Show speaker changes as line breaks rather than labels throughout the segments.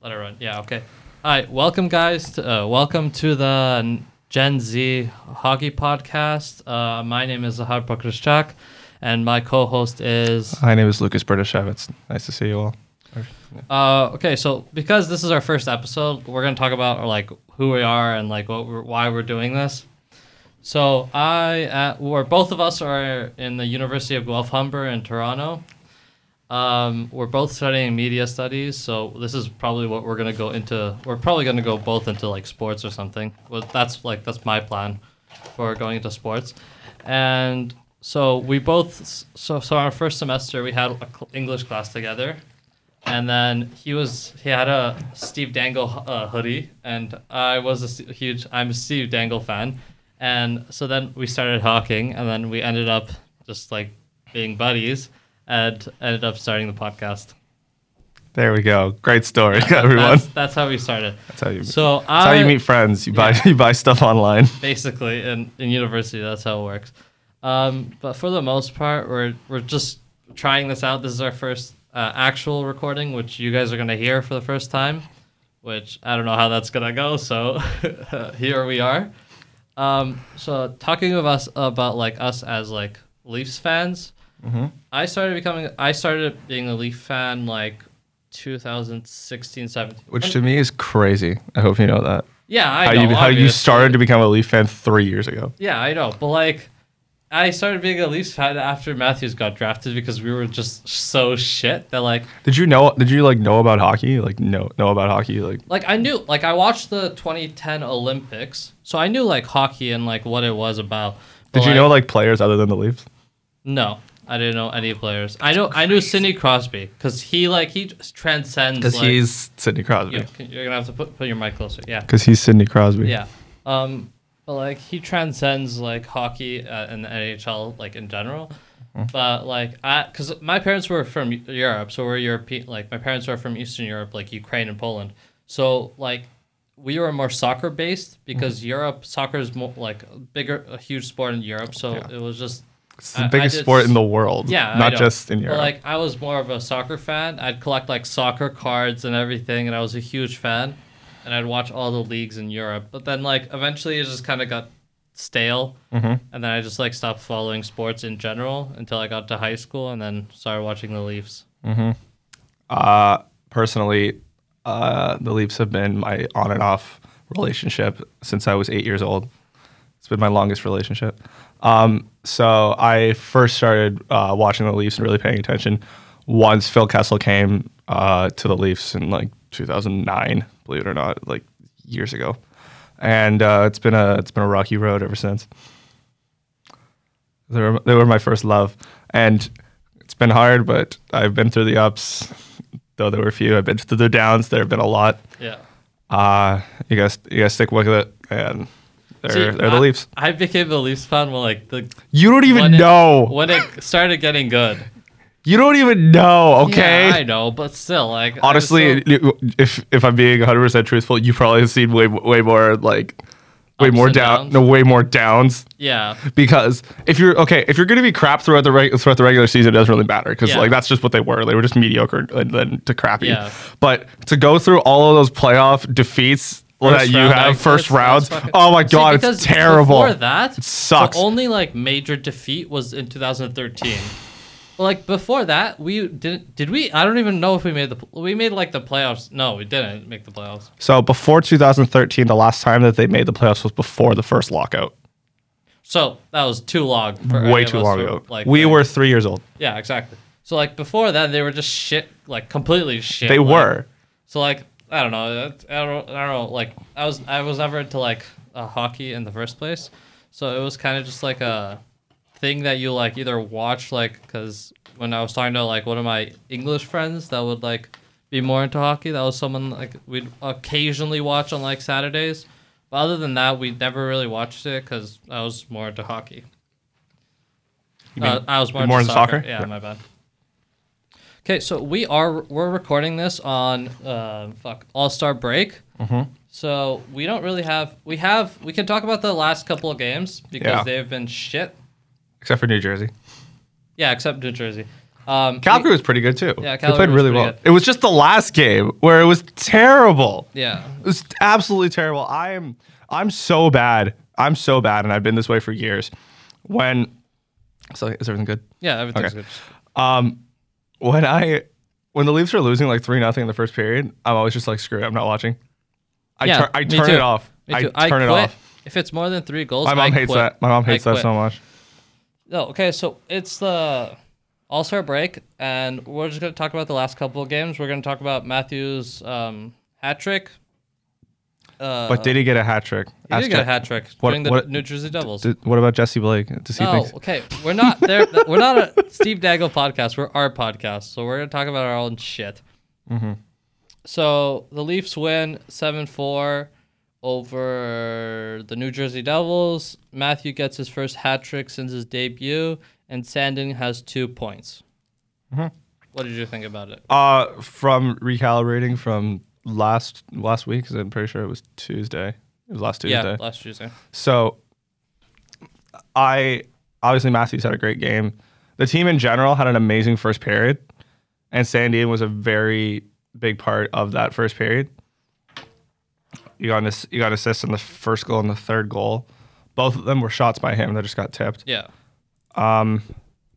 Let it run. Yeah. Okay. All right. Welcome, guys. To, uh, welcome to the Gen Z Hockey Podcast. Uh, my name is Zahar Pakrishchak, and my co-host is.
My name is Lucas Berdashevitz. Nice to see you all.
Uh, okay, so because this is our first episode, we're gonna talk about like who we are and like what we're, why we're doing this. So I, uh, or both of us, are in the University of Guelph Humber in Toronto. Um, we're both studying media studies, so this is probably what we're gonna go into. We're probably gonna go both into like sports or something. Well, that's like that's my plan for going into sports, and so we both. So so our first semester we had a cl- English class together, and then he was he had a Steve Dangle uh, hoodie, and I was a s- huge I'm a Steve Dangle fan, and so then we started talking, and then we ended up just like being buddies, and ended up starting the podcast.
There we go. Great story, everyone.
That's, that's how we started.
That's how you.
So I,
that's how you meet friends. You buy you buy stuff online.
basically in, in university that's how it works um, but for the most part we're, we're just trying this out this is our first uh, actual recording which you guys are going to hear for the first time which i don't know how that's going to go so here we are um, so talking of us about like us as like leafs fans
Mm-hmm.
i started becoming i started being a leaf fan like 2016 17
Which to me is crazy. I hope you know that.
yeah I
How
know,
you how you
obviously.
started to become a Leaf fan three years ago.
Yeah, I know, but like, I started being a Leafs fan after Matthews got drafted because we were just so shit that like,
Did you know? Did you like know about hockey? Like know know about hockey? Like
like I knew, like I watched the 2010 Olympics, so I knew like hockey and like what it was about. but,
did you know like players other than the Leafs?
No, I didn't know any players. I know, I knew Sidney Crosby because he like he just transcends.
Because
like,
he's Sidney Crosby.
you, you're gonna have to put put your mic closer. Yeah.
Because he's Sidney Crosby.
Yeah. Um, but like he transcends like hockey uh, and the NHL like in general. But like I, because my parents were from Eu- Europe, so we're European. Like my parents are from Eastern Europe, like Ukraine and Poland. So like we were more soccer based because Europe soccer is more like a bigger, a huge sport in Europe. So it was just
It's the
I- I
biggest
did
sport
s-
in the world.
yeah, I
Not
know.
just in Europe.
But like I was more of a soccer fan. I'd collect like soccer cards and everything, and I was a huge fan. And I'd watch all the leagues in Europe. But then like eventually it just kind of got stale,
Mm-hmm.
and then I just like stopped following sports in general until I got to high school, and then started watching the Leafs.
Uh, personally, uh, the Leafs have been my on and off relationship since I was eight years old. It's been my longest relationship. Um, so I first started uh, watching the Leafs and really paying attention once Phil Kessel came uh, to the Leafs in like 2009, believe it or not, like years ago. And uh, it's been a it's been a rocky road ever since. They were, they were my first love, and it's been hard, but I've been through the ups, though there were few. I've been through the downs. There have been a lot.
Yeah.
Uh, you guys, you guys stick with it, and they're,
See,
they're
I-
the Leafs.
I became a Leafs fan when like the
You don't even
when it-
know.
when it started getting good.
you don't even know. Okay.
Yeah, I know, but still like I was
Honestly,
still-
it- if if I'm being 100 percent truthful, you probably have seen way way more like way
Ups
more
and
down,
downs.
no, way more downs.
yeah.
Because if you're okay, if you're going to be crap throughout the reg- throughout the regular season, it doesn't really matter because
Yeah.
like that's just what they were. They were just mediocre and then to crappy.
Yeah.
But to go through all of those playoff defeats that you
round
have,
exits,
first rounds,
fucking-
oh my
See,
god, it's
because
terrible.
Before that, it
sucks.
The only like major defeat was in 2013. But, like before that, we didn't. Did we? I don't even know if we made the. pl- We made like the playoffs. No, we didn't make the playoffs.
So before 2013, the last time that they made the playoffs was before the first lockout.
So that was too long. For any
Way
of
too
us
long
to,
ago.
Like
we
think.
were three years old.
Yeah, exactly. So like before that, they were just shit. Like completely shit.
They
like-
were.
So like I don't know. that- I don't. I don't know. Like I was. I was never into like uh, hockey in the first place. So it was kind of just like a thing that you like either watch like because when I was talking to like one of my English friends that would like be more into hockey, that was someone like we'd occasionally watch on like Saturdays. But other than that, we never really watched it because I was more into hockey. Uh, I was more,
you're more
into
into soccer?
Yeah,
Yeah.
my bad. Okay, so we are we're recording this on uh, fuck All Star break.
Mm-hmm.
So we don't really have we have we can talk about the last couple of games because
Yeah.
they've been shit.
Except for New Jersey.
Yeah, except New Jersey. Um,
Calgary was pretty good too.
Yeah,
they
Calgary
played
was
really
pretty
well.
good.
It was just the last game where it was terrible.
yeah.
It was absolutely terrible. I am I'm so bad. I'm so bad, and I've been this way for years. When so is everything good?
Yeah, everything's
Okay.
good.
When I when the Leafs are losing like three nothing in the first period, I'm always just like screw it, I'm not watching. I
Yeah,
turn I
me
turn
too.
it off.
Me
I
too.
turn it
quit.
off.
If it's more than three goals,
My mom
I
hates
quit.
that. My mom hates
I
that so
quit.
much.
No, okay, so it's the All Star break, and we're just gonna talk about the last couple of games. We're gonna talk about Matthews' um, hat trick. Uh,
But did he get a hat trick?
he
Ask
did get a
Je-
hat trick
what-
during the
what-
New Jersey Devils.
Did- what about Jesse Blake? Does he
No,
think-
Oh, okay. We're not there. we're not a Steve Dangle podcast. We're our podcast. So we're going to talk about our own shit. So the Leafs win 7 4 over the New Jersey Devils. Matthew gets his first hat trick since his debut, and Sandin has two points. What did you think about it?
Uh, from recalibrating from last last week, because I'm pretty sure it was Tuesday. It was last
Yeah,
Tuesday.
last Tuesday.
So I obviously Matthews had a great game. The team in general had an amazing first period, and Sandian was a very big part of that first period. You got an ass- you got an assist in the first goal and the third goal. Both of them were shots by him that just got tipped.
Yeah.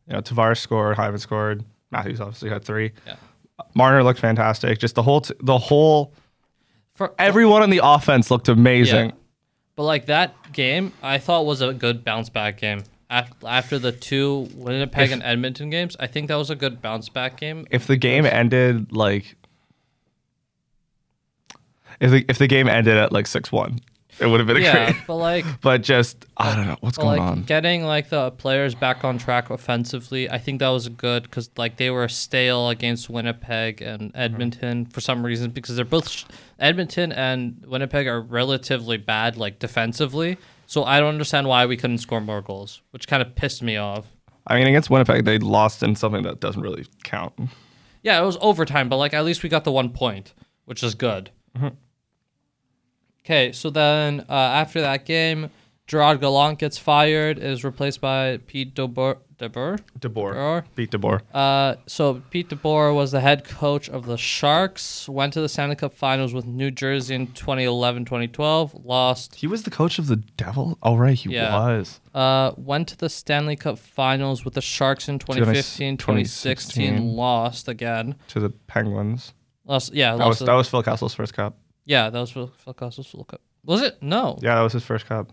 You know, Tavares scored, Hyman scored, Matthews obviously had three.
Yeah.
Marner looked fantastic. Just the whole t- the whole
For,
everyone on the offense looked amazing.
Yeah. But like that game, I thought was a good bounce back game. Af- After the two Winnipeg and Edmonton games, I think that was a good bounce back game.
If the game ended like if the, if the game ended at like six one, it would have been a
Yeah,
great.
but like,
But just I don't know what's
but
going
like
on.
getting like the players back on track offensively, I think that was good because like they were stale against Winnipeg and Edmonton for some reason because they're both sh- Edmonton and Winnipeg are relatively bad like defensively. So I don't understand why we couldn't score more goals, which kind of pissed me off.
I mean, against Winnipeg, they lost in something that doesn't really count.
Yeah, it was overtime, but like at least we got the one point, which is good.
Mm-hmm.
Okay, so then uh, after that game, Gerard Gallant gets fired, is replaced by Pete DeBoer. DeBoer?
DeBoer
Error.
beat DeBoer.
Uh, so Pete DeBoer was the head coach of the Sharks, went to the Stanley Cup Finals with New Jersey in 2011-2012, lost.
He was the coach of the Devil. Oh right, he
Yeah.
was.
Uh, went to the Stanley Cup Finals with the Sharks in 2015, 2016,
2016.
lost again.
To the Penguins.
Lost, yeah,
That was
lost to the
that was Phil Castle's first cup.
Yeah, that was Phil, Phil Castle's World Cup. Was it? No.
Yeah, that was his first cup.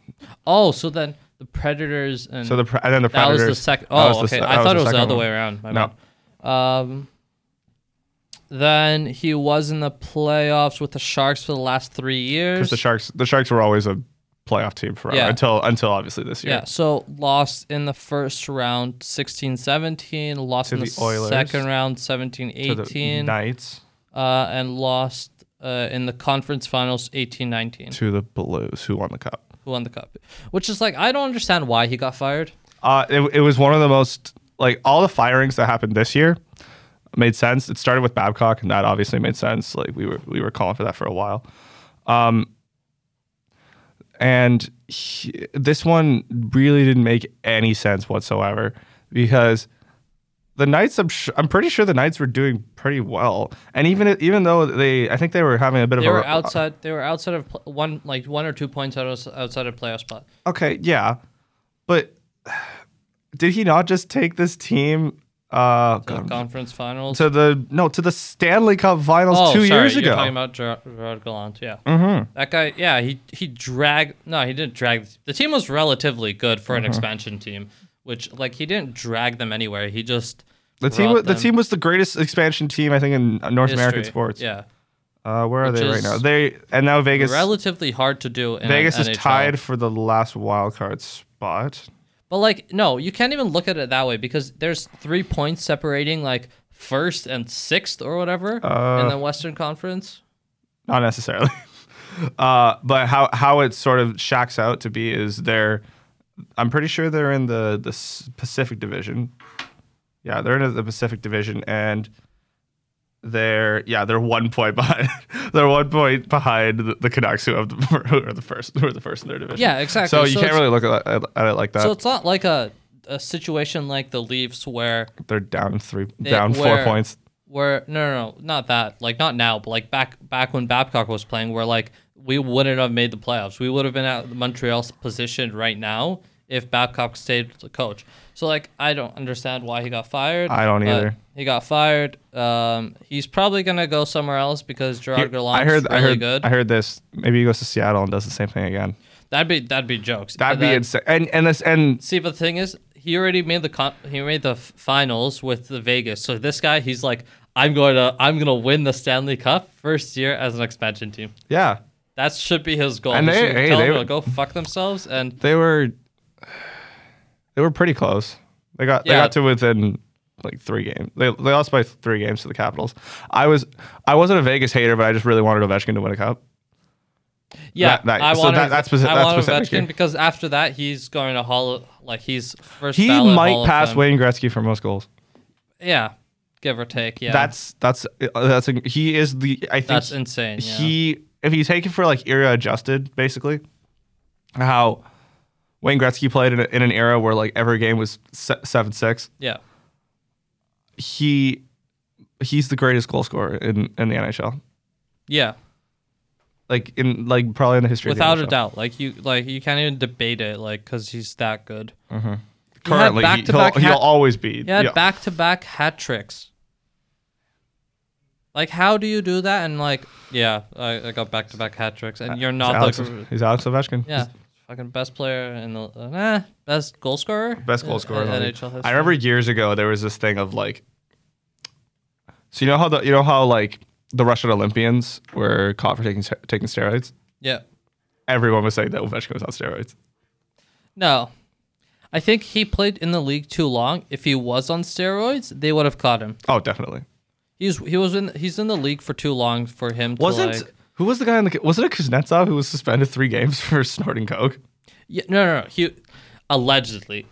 Oh, so then the Predators and
So the pre- and then the
Mm. that was
Predators.
the second.
that
Oh,
was the
okay.
se-
I
that
thought it was the
second
other
one.
way around. My
No.
bad. Um. Then he was in the playoffs with the Sharks for the last three years.
Because the sharks, the sharks were always a playoff team forever
Yeah.
until until obviously this year.
yeah, so lost in the first round 16-17, lost
To
in the,
the Oilers.
second round 17-18,
the Knights
uh, and lost uh, in the conference finals 18-19,
to the Blues, who won the cup.
who won the cup. Which is like, I don't understand why he got fired.
Uh, it, it was one of the most like all the firings that happened this year made sense. It started with Babcock, and that obviously made sense. Like we were we were calling for that for a while. Um, and he- this one really didn't make any sense whatsoever because the Knights, I'm, sh- I'm pretty sure the Knights were doing pretty well, and even even though they, I think they were having a bit
They
of a uh,
were outside. They were outside of pl- one, like one or two points out of, outside of playoff spot.
Okay, yeah, but did he not just take this team uh,
The conference finals.
to the no to the Stanley Cup Finals
Oh,
two
sorry,
years
you're
ago?
talking about Gerard, Gerard Gallant. Yeah, mm-hmm. that guy. Yeah, he he dragged. No, he didn't drag. The team was relatively good for
Mm-hmm.
an expansion team, which like he didn't drag them anywhere. He just
the team,
brought
wa- the
them
team was the greatest expansion team I think in North American
history.
sports.
Yeah,
Uh, where are
Which
they right
is
now? They and now Vegas.
relatively hard to do. In
Vegas
an
is
NHL.
tied for the last wild card spot.
But like, no, you can't even look at it that way because there's three points separating like first and sixth or whatever
Uh,
in the Western Conference.
Not necessarily. Uh, but how how it sort of shacks out to be is they're, I'm pretty sure they're in the the s- Pacific Division. Yeah, they're in the Pacific Division, and they're yeah they're one point behind. they're one point behind the, the Canucks, who have the, who are the first who are the first in their division.
Yeah, exactly.
So you
So
can't
it's-
really look at, at it like that.
So it's not like a a situation like the Leafs where
They're down three, down four
where-
points.
where no, no no not that like not now but like back back when Babcock was playing where like we wouldn't have made the playoffs we would have been at Montreal's position right now if Babcock stayed the coach so like I don't understand why he got fired
I don't
but
either.
he got fired um he's probably gonna go somewhere else because Gerard
Here-
Gallant
I heard,
really
I heard,
good
I heard this. Maybe he goes to Seattle and does the same thing again.
that'd be that'd be jokes
That'd be
That-
insane. And and this and
See, but the thing is, he already made the con- he made the f- finals with the Vegas. So this guy, he's like, I'm going to I'm going to win the Stanley Cup first year as an expansion team.
yeah,
That should be his goal.
And
We
they-
should
hey,
tell
they
them
were-
to go fuck themselves. And
they were, they were pretty close. They got they
Yeah.
got to within like three games. They they lost by three games to the Capitals. I was I wasn't a Vegas hater, but I just really wanted Ovechkin to win a cup.
yeah,
that-
I
so
want
that- that's speci-
I
that's
want
specific here.
Ovechkin because after that, he's going to Hall of, like he's first.
He
ballot Hall
might
of
pass
Fame.
Wayne Gretzky for most goals.
Yeah, give or take. Yeah,
That's that's uh, that's a, he is the I think
that's insane. Yeah.
he if you take it for like era adjusted basically how Wayne Gretzky played in, a, in an era where like every game was se- seven six
yeah,
he he's the greatest goal scorer in in the NHL
yeah,
like in like probably in the history
without
of
a
the NHL.
doubt. Like you, like you can't even debate it. Like because he's that good. had
Mm-hmm. currently he, will
back-to-back hat-
always be
Yeah,
yeah.
back to back hat tricks. Like, how do you do that? And like, yeah, I, I got back to back hat tricks, and you're
he's
not
Uh, Alex,
the gr-
he's Alex Ovechkin
yeah fucking best player in the eh, best goal scorer,
best
in-
goal scorer.
in
in the league.
NHL history.
I remember years ago there was this thing of like, so you know how the you know how like the Russian Olympians were caught for taking st- taking steroids.
Yeah,
Everyone was saying that Ovechkin was on steroids.
no, I think he played in the league too long. If he was on steroids, they would have caught him.
Oh, definitely.
He's he was in he's in the league for too long for him. To
Wasn't
like,
who was the guy in the wasn't it Kuznetsov who was suspended three games for snorting coke?
Yeah, no, no, no. He allegedly,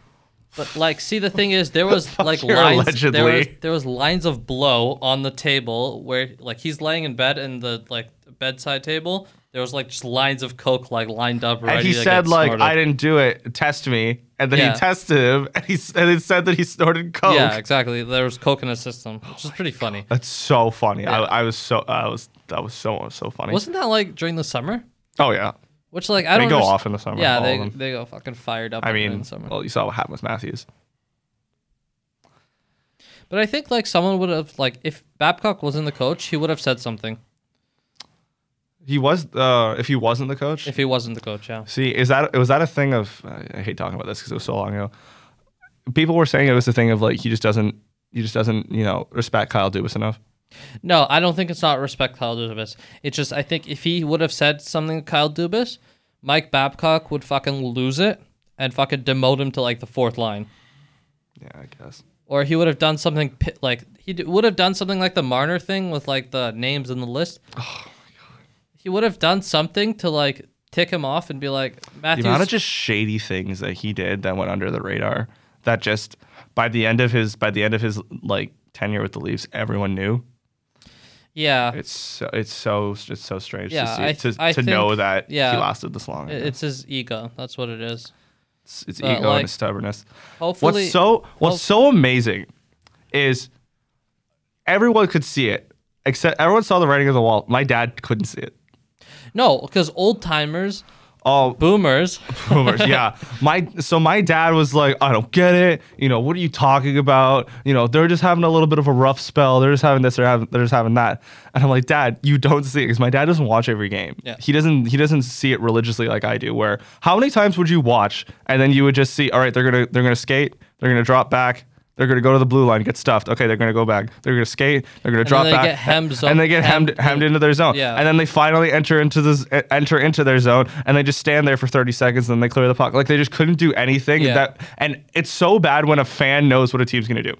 but like, see, the thing is, there was like
you're
lines. There was,
allegedly.
there was lines of blow on the table where like he's laying in bed in the like bedside table. There was like just lines of coke like lined up. Ready
And he
to
said
get
like
snorted.
I didn't do it. Test me. And then
Yeah.
he tested him, and he s- and it said that he snorted coke. Oh
Yeah, exactly. There was coke in his system, which is pretty funny.
That's so funny. I, I was so I was that was so so funny.
Wasn't that like during the summer?
oh yeah.
Which like I
They
don't
go
underst-
off in the summer,
Yeah,
all
they
of them.
they go fucking fired up.
I
during
mean, oh.
the summer.
well, you saw what happened with Matthews.
but I think like someone would have like if Babcock wasn't the coach, he would have said something
He was uh, if he wasn't the coach.
if he wasn't the coach. Yeah.
See, is that was that a thing of? I I hate talking about this because it was so long ago. People were saying it was a thing of like he just doesn't he just doesn't you know respect Kyle Dubas enough.
No, I don't think it's not respect Kyle Dubas. It's just I think if he would have said something to Kyle Dubas, Mike Babcock would fucking lose it and fucking demote him to like the fourth line,
Yeah, I guess.
or he would have done something pi- like he d- would have done something like the Marner thing with like the names in the list. Oh my god! He would have done something to like tick him off and be like
The amount of
Matthews.
just shady things that he did that went under the radar that just by the end of his by the end of his like tenure with the Leafs, everyone knew.
yeah,
It's so it's so it's so strange
Yeah,
to see
I
to,
th- I
to
think-
know that
yeah.
he lasted this long.
it- it's his ego. That's what it is.
It's, it's
But,
ego
like,
and his stubbornness.
Hopefully,
what's so what's so amazing is everyone could see it except everyone saw the writing on the wall. My dad couldn't see it.
no, because old timers,
Oh,
boomers.
boomers. yeah. My so my dad was like, I don't get it. You know, what are you talking about? You know, they're just having a little bit of a rough spell. They're just having this. They're having. They're just having that. And I'm like, Dad, you don't see it because my dad doesn't watch every game.
Yeah.
He doesn't. He doesn't see it religiously like I do. Where how many times would you watch and then you would just see, all right, they're gonna they're gonna skate. They're gonna drop back. They're gonna go to the blue line, get stuffed. Okay, they're gonna go back. They're gonna skate. They're gonna drop
they
back,
get hemmed zone-
and they get hemmed,
hemmed-
hemmed into their zone.
Yeah.
And then they finally enter into this e, enter into their zone and they just stand there for 30 seconds and then they clear the puck. Like they just couldn't do anything
Yeah.
that and it's so bad when a fan knows what a team's gonna do.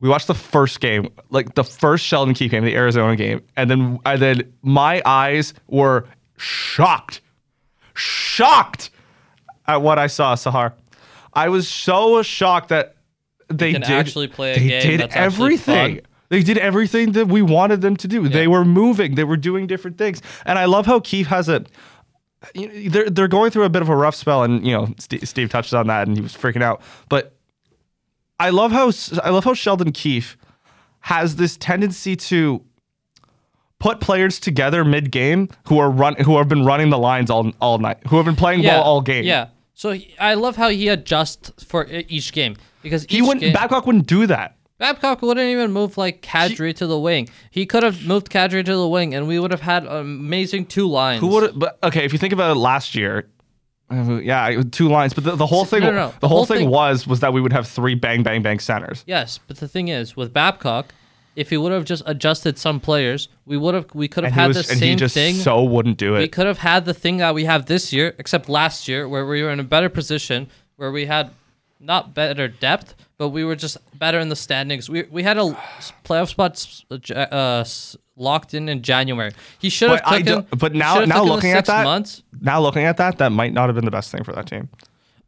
We watched the first game, like the first Sheldon Key game, the Arizona game, and then and then my eyes were shocked. Shocked at what I saw, Sahar. I was so shocked that they
can
did
actually play a
they
game
did
that's actually
everything.
fun.
They did everything that we wanted them to do. They were moving. They were doing different things. And I love how Keith has a you know, they're they're going through a bit of a rough spell, and you know Steve, Steve touched on that, and he was freaking out. But I love how S- I love how Sheldon Keefe has this tendency to put players together mid game who are run who have been running the lines all all night, who have been playing well all game.
Yeah. So he, I love how he adjusts for e- each game because
he
each
wouldn't.
game,
Babcock wouldn't do that.
Babcock wouldn't even move like Kadri to the wing. He could have moved Kadri to the wing, and we would have had amazing two lines.
Who would? But okay, if you think about it, last year. uh, Yeah, it was two lines, but the, the whole thing
no, no, no.
the whole thing was was that we would have three bang bang bang centers.
Yes, but the thing is, with Babcock, if he would have just adjusted some players, we would have we could have
and
had
he was,
the
and
same
he just
thing.
so wouldn't do
we
it.
could have had the thing that we have this year, except last year where we were in a better position, where we had not better depth, but we were just better in the standings. We we had a s- playoff spot s- uh, j- uh, s- locked in in January. He should have
But I
taken.
don't- but
he
now-
should have
now
taken the
looking at
six
that-
months,
Now looking at that, that might not have been the best thing for that team.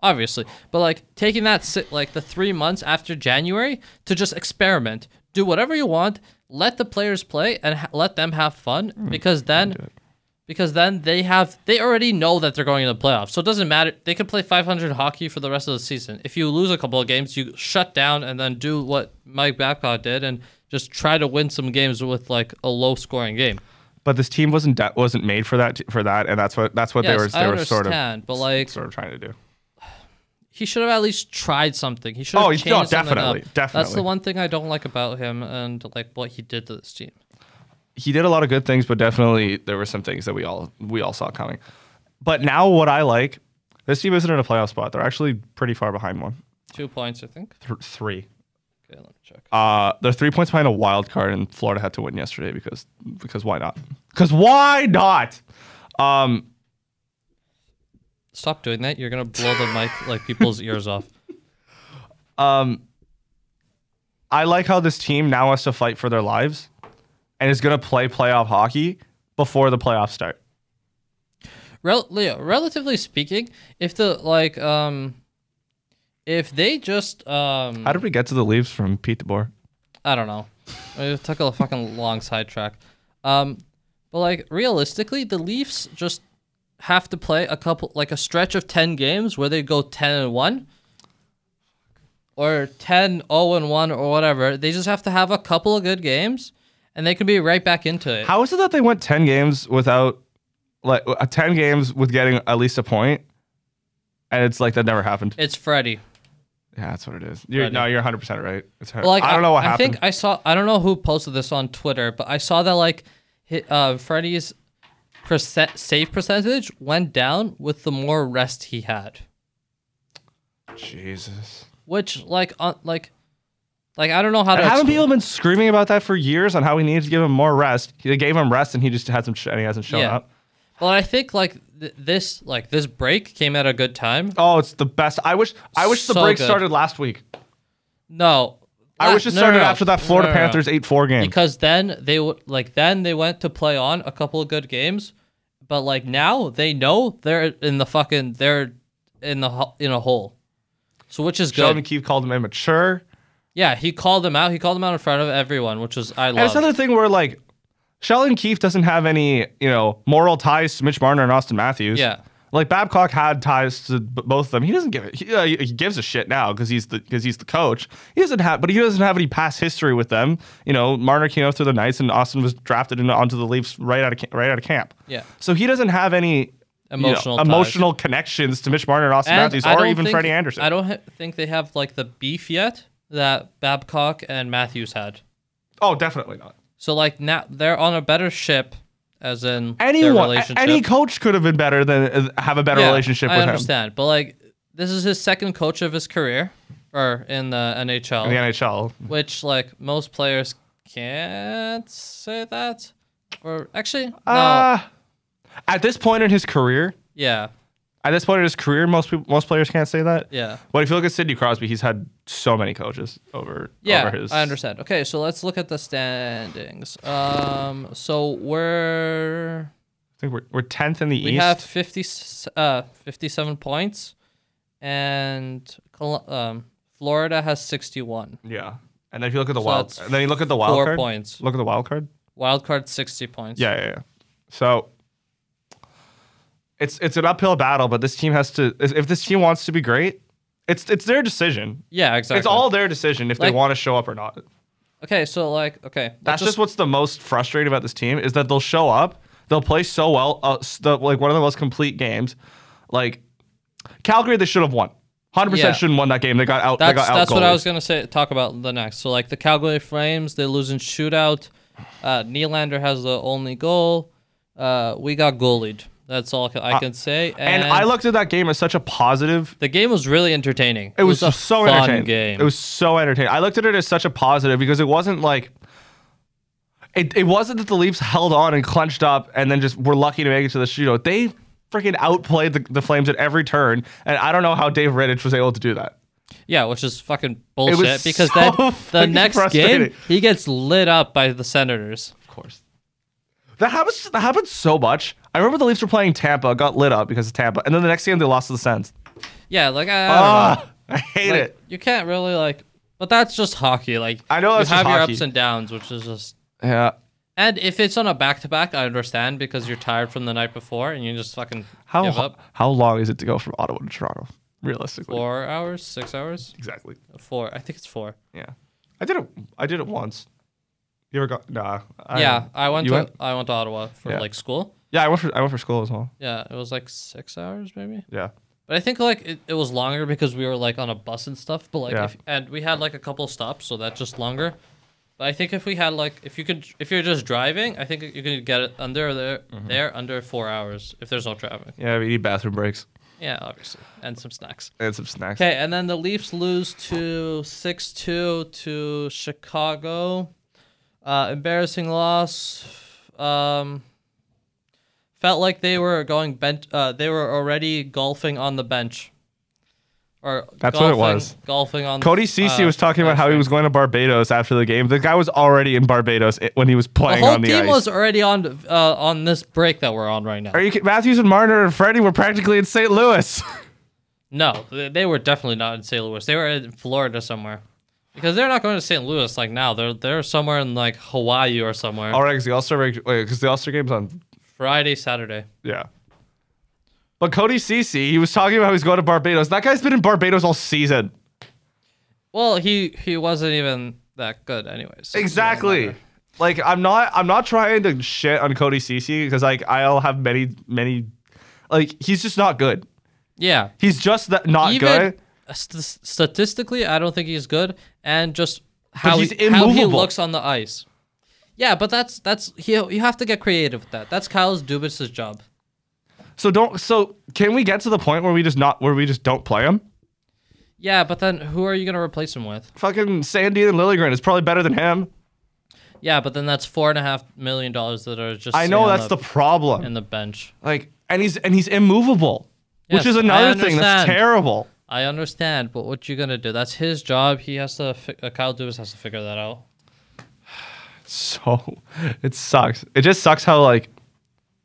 obviously, but like taking that sit like the three months after January to just experiment, do whatever you want, let the players play and ha- let them have fun
Mm-hmm.
because then. Because then they have they already know that they're going to the playoffs, so it doesn't matter. They could play 500 hockey for the rest of the season. If you lose a couple of games, you shut down and then do what Mike Babcock did and just try to win some games with like a low scoring game.
But this team wasn't de- wasn't made for that for that, and that's what that's what
Yes,
they were
I
they were sort of
understand, but like
sort of trying to do.
he should have at least tried something. He should have
Oh, he's-
changed
no,
something
definitely,
up. That's
definitely.
the one thing I don't like about him and like what he did to this team.
He did a lot of good things, but definitely there were some things that we all we all saw coming. But now what I like, this team isn't in a playoff spot. They're actually pretty far behind one,
Two points, I think.
Th- three.
Okay, let me check.
Uh, they're three points behind a wild card, and Florida had to win yesterday because because why not? Because why not? Um,
Stop doing that. You're gonna blow the mic like people's ears off.
I like how this team now has to fight for their lives and is going to play playoff hockey before the playoffs start.
Rel- Leo, relatively speaking, if the like um, if they just um,
How did we get to the Leafs from Pete DeBoer?
I don't know. It took a fucking long sidetrack. Um, but like realistically, the Leafs just have to play a couple, like a stretch of ten games where they go ten and one, or 10 0 and one, or whatever. They just have to have a couple of good games, and they can be right back into it.
How is it that they went 10 games without, like, uh, 10 games with getting at least a point? And it's like that never happened.
it's Freddie.
Yeah, that's what it is. You're, no, you're 100% right. It's her-
But, like
I don't know what
I
happened.
think I saw. I don't know who posted this on Twitter, but I saw that like, hi- uh, Freddie's percent save percentage went down with the more rest he had.
Jesus.
which like uh, like like I don't know how to.
And haven't
explain-
people been screaming about that for years on how we needed to give him more rest? They gave him rest and he just hasn't, sh- and he hasn't shown
Yeah.
up.
Well, I think like th- this like this break came at a good time.
Oh, it's the best. I wish, I wish the
So
break
good.
started last week.
No,
I
Ah,
wish it
no, no,
started
no.
after that
No,
Florida
no, no.
Panthers 8 4 game.
because then they would like then they went to play on a couple of good games, but like now they know they're in the fucking they're in the ho- in a hole. So which is
Sheldon
good.
Keefe called him immature.
Yeah, he called them out. He called them out in front of everyone, which was I
And it's
love.
another thing where, like, Sheldon Keefe doesn't have any, you know, moral ties to Mitch Marner and Austin Matthews.
Yeah.
Like Babcock had ties to b- both of them. He doesn't give it. He, uh, he gives a shit now because he's the because he's the coach. He doesn't have, but he doesn't have any past history with them. You know, Marner came up through the Knights, and Austin was drafted into, onto the Leafs right out of ca- right out of camp.
Yeah.
So he doesn't have any you know,
Emotional ties.
emotional connections to Mitch Marner and Austin
And
Matthews,
I
or
don't
even
think-
Freddie Anderson.
I don't ha- think they have like the beef yet that Babcock and Matthews had.
oh, definitely not.
So like now they're on a better ship, as in their
anyone, a-
relationship.
any coach could have been better than uh, have a better
Yeah,
relationship
I
with
understand, but like this is his second coach of his career, or in the NHL,
him in the NHL.
which like most players can't say that. Or actually, no,
Uh, at this point in his career,
yeah,
at this point in his career, most people, most players can't say that.
yeah.
But if you look at Sidney Crosby, he's had so many coaches over
Yeah,
over his.
I understand. Okay, so let's look at the standings. Um, so we're
I think we're we're tenth in the
we
East.
have 50, s- uh, 57 points, and Col- um, Florida has sixty one.
yeah, and then if you look at the
So
wild,
that's
and then you look at the wild
four
card.
points.
Look at the wild card.
Wild card sixty points.
Yeah, yeah, yeah. So it's it's an uphill battle, but this team has to. If if this team wants to be great, it's it's their decision.
Yeah, exactly.
It's all their decision if
Like-
they want to show up or not.
okay. So like, okay, let's
That's just, what's the most frustrating about this team is that they'll show up, they'll play so well, uh, s- the, like one of the most complete games. Like Calgary, they should have won. Hundred
Yeah.
percent shouldn't won that game. They got out. they
That's
got out
that's what I was gonna say. Talk about the next. So like the Calgary Flames, they lose in shootout. Uh, Nylander has the only goal. Uh, we got goalied. That's all ca- I can say.
Uh, and
And,
I looked at that game as such a positive
The game was really entertaining.
It was,
a
so
fun
entertaining.
Game.
It was so entertaining. I looked at it as such a positive because it wasn't like it, it wasn't that the Leafs held on and clenched up and then just were lucky to make it to the shootout. They freaking outplayed the, the Flames at every turn, and I don't know how Dave Riddich was able to do that.
yeah, which is fucking
was
bullshit. Because
so
then the
fucking
next game
frustrating.
he gets lit up by the Senators.
Of course. That happens that happens so much. I remember the Leafs were playing Tampa, got lit up because of Tampa, and then the next game they lost to the Sens.
Yeah, like I, I don't know.
Ah, I hate
Like,
it.
You can't really like, but that's just hockey. Like
I know
you
that's just
have your
hockey.
ups and downs, which is just.
Yeah.
And if it's on a back to back, I understand because you're tired from the night before and you just fucking
How
give up.
how long is it to go from Ottawa to Toronto? Realistically.
Four hours, six hours,
Exactly.
four. I think it's four.
Yeah, I did it. I did it once. You ever got? Nah. I,
yeah, I went
you
to
went?
I went to Ottawa for
Yeah.
like school.
Yeah, I went for I went for school as well.
Yeah, it was like six hours maybe.
Yeah.
But I think like it, it was longer because we were like on a bus and stuff. But like
Yeah.
if, and we had like a couple stops, so that's just longer. But I think if we had like if you could if you're just driving, I think you could get it under there there under four hours if there's no traffic.
Yeah, we need bathroom breaks
Yeah, obviously, and some snacks.
and some snacks.
Okay, and then the Leafs lose to 6 2 to Chicago. Uh, embarrassing loss. Um, felt like they were going bench. Uh, they were already golfing on the bench. Or
That's what it
golfing,
was.
Golfing on.
Cody Cece
uh,
was talking about how he was going to Barbados after the game. The guy was already in Barbados i- when he was
The
playing
whole
on the
team
ice.
was already on uh, on this break that we're on right now.
Are you kid- Matthews and Marner and Freddie were practically in St. Louis.
No, they they were definitely not in St. Louis. They were in Florida somewhere. Because they're not going to St. Louis like now. They're they're somewhere in like Hawaii or somewhere.
All right, because the All Star wait, because the All Star game's on.
Friday, Saturday.
Yeah. But Cody Cece, he was talking about how he's going to Barbados. That guy's been in Barbados all season.
Well, he he wasn't even that good, anyways. so it doesn't
Exactly.
matter.
Like I'm not I'm not trying to shit on Cody Cece because like I'll have many many like he's just not good.
Yeah.
He's just that not
Even
good.
st- statistically, I don't think he's good, and just how
he's
he, how he
immovable.
looks on the ice. Yeah, but that's that's he. You have to get creative with that. That's Kyle Dubitz's job.
So don't so can we get to the point where we just not where we just don't play him?
Yeah, but then who are you gonna replace him with?
Fucking Sandy and Lilligren is probably better than him.
Yeah, but then that's four and a half million dollars that are just.
I
sitting
know
on
that's the problem.
in the bench.
like and he's and he's immovable.
Yes,
which is
I
another thing that's
understand.
terrible.
I understand, but what you gonna do? That's his job. He has to. Fi- uh, Kyle Dubas has to figure that out.
So it sucks. It just sucks how like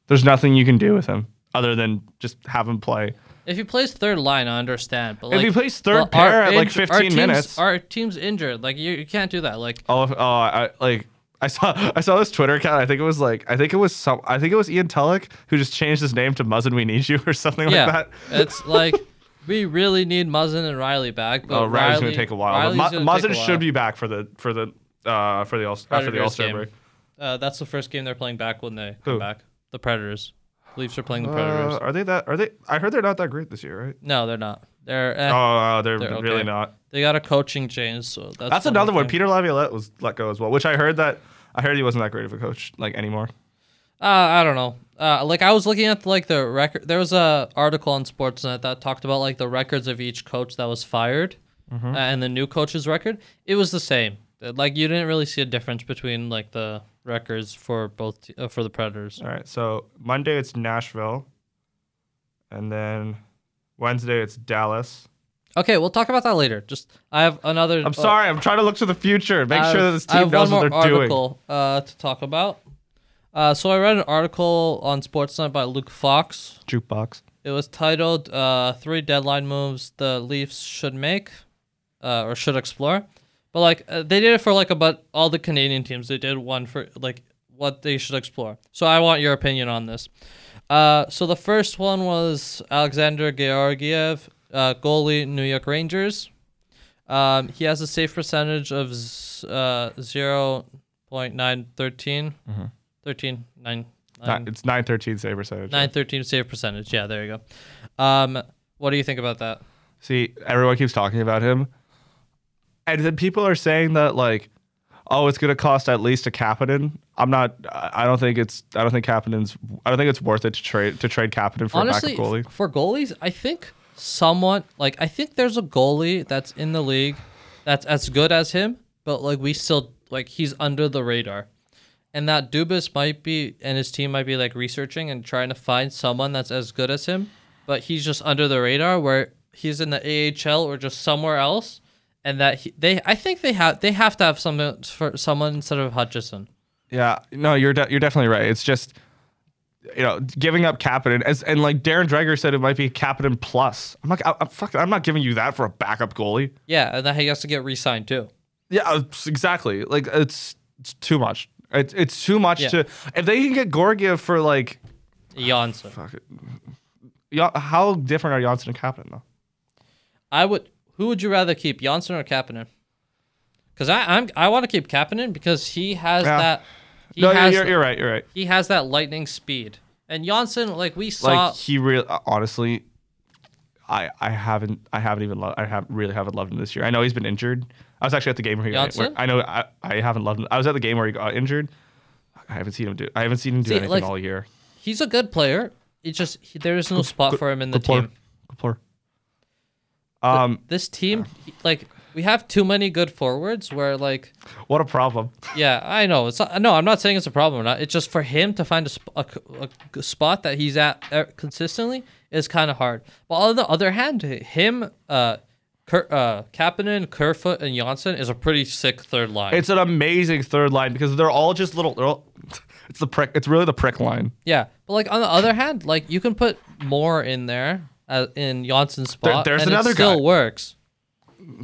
there's nothing you can do with him other than just have him play.
If he plays third line, I understand. But
If
like,
he plays third
but our
pair at, like,
inj- our
15
team's-
minutes-
our team's injured. Like you, you can't do that. Like
Oh, if- oh, I like I saw I saw this Twitter account. I think it was like I think it was some I think it was Ian Tulloch who just changed his name to Muzzin We Need You or something
yeah, Uh,
like that.
it's like we really need Muzzin and Riley back. But
Oh, Riley's
Riley-
gonna take a while. But
Riley's
Mu-
gonna take
Muzzin
a while.
should be back for the for the uh for the all after the
Predators
All Star
game.
break.
Uh, that's the first game they're playing back when they
Who?
come back. The Predators. Leafs are playing the
Uh,
Predators.
are they that? Are they? I heard they're not that great this year, right?
no, they're not. They're eh,
Oh, uh, they're,
They're
really
okay.
not.
they got a coaching change. So that's,
That's another one.
thing.
Peter Laviolette was let go as well, which I heard that I heard he wasn't that great of a coach like anymore.
Uh, I don't know. Uh, like I was looking at like the record. There was a article on Sportsnet that talked about like the records of each coach that was fired,
Mm-hmm.
uh, and the new coach's record. It was the same. Uh, Like you didn't really see a difference between like the records for both te- uh, for the Predators.
All right, so Monday it's Nashville, and then Wednesday it's Dallas.
Okay, we'll talk about that later. Just I have another. uh,
I'm sorry. I'm trying to look to the future. Make sure that this
Oh. I
team
have one
knows what
more
they're doing.
article uh, to talk about. Uh, so I read an article on Sportsnet by Luke Fox.
Jukebox.
It was titled uh, Three Deadline Moves the Leafs Should Make uh, or Should Explore. But like uh, they did it for like about all the Canadian teams. They did one for like what they should explore. So I want your opinion on this. Uh, so the first one was Alexander Georgiev, uh, goalie, New York Rangers. Um, he has a save percentage of z- uh, 0.913. 13, nine-
Not,
nine-
it's 913 save percentage.
913 save percentage. Yeah, there you go. Um, what do you think about that?
See, everyone keeps talking about him. And then people are saying that like, oh, it's gonna cost at least a Kapanen. I'm not. I I don't think it's. I don't think Kapanen's. I don't think it's worth it to trade to trade Kapanen for
Honestly,
a backup goalie.
f- for goalies, I think somewhat like I think there's a goalie that's in the league that's as good as him, but like we still like he's under the radar. And that Dubas might be and his team might be like researching and trying to find someone that's as good as him, but he's just under the radar where he's in the AHL or just somewhere else. And that he, they, I think they have they have to have someone for someone instead of Hutchison.
Yeah, no, you're de- you're definitely right. It's just you know giving up Kapanen as and like Darren Dreger said, it might be Kapanen plus. I'm like, I, I'm fuck, I'm not giving you that for a backup goalie.
Yeah, and then he has to get re-signed too.
Yeah, uh, s- exactly. Like it's, it's too much. It's it's too much
Yeah.
to if they can get Gorgiev for like Ah,
Janssen.
Yo- how different are Janssen and Kapanen though?
I would. Who would you rather keep, Janssen or Kapanen? Because I I'm, I want to keep Kapanen because he has
Yeah.
that. He
No,
has
you're, you're right. You're right.
he has that lightning speed, and Janssen like we saw.
Like he really honestly, I I haven't I haven't even loved I have really haven't loved him this year. I know he's been injured. I was actually at the game where he got
Johnson?
where, I know I, I haven't loved him. I was at the game where he got injured. I haven't seen him do I haven't seen him do
See,
anything
like,
all year.
he's a good player. It's just he, there is no spot for him in the
Good player.
team.
Good player. Um,
This team, he- like we have too many good forwards. Where like
what a problem.
yeah, I know it's not, no. I'm not saying it's a problem or not. It's just for him to find a, sp- a c- a g- spot that he's at uh, consistently is kind of hard. But on the other hand, him, uh, Ker, uh, Kapanen, Kerfoot, and Janssen is a pretty sick third line.
It's an amazing third line because they're all just little. They're all, it's the prick. It's really the prick line.
yeah, but like on the other hand, like you can put more in there uh, in Janssen's spot.
there's
and
another
it still
guy.
works.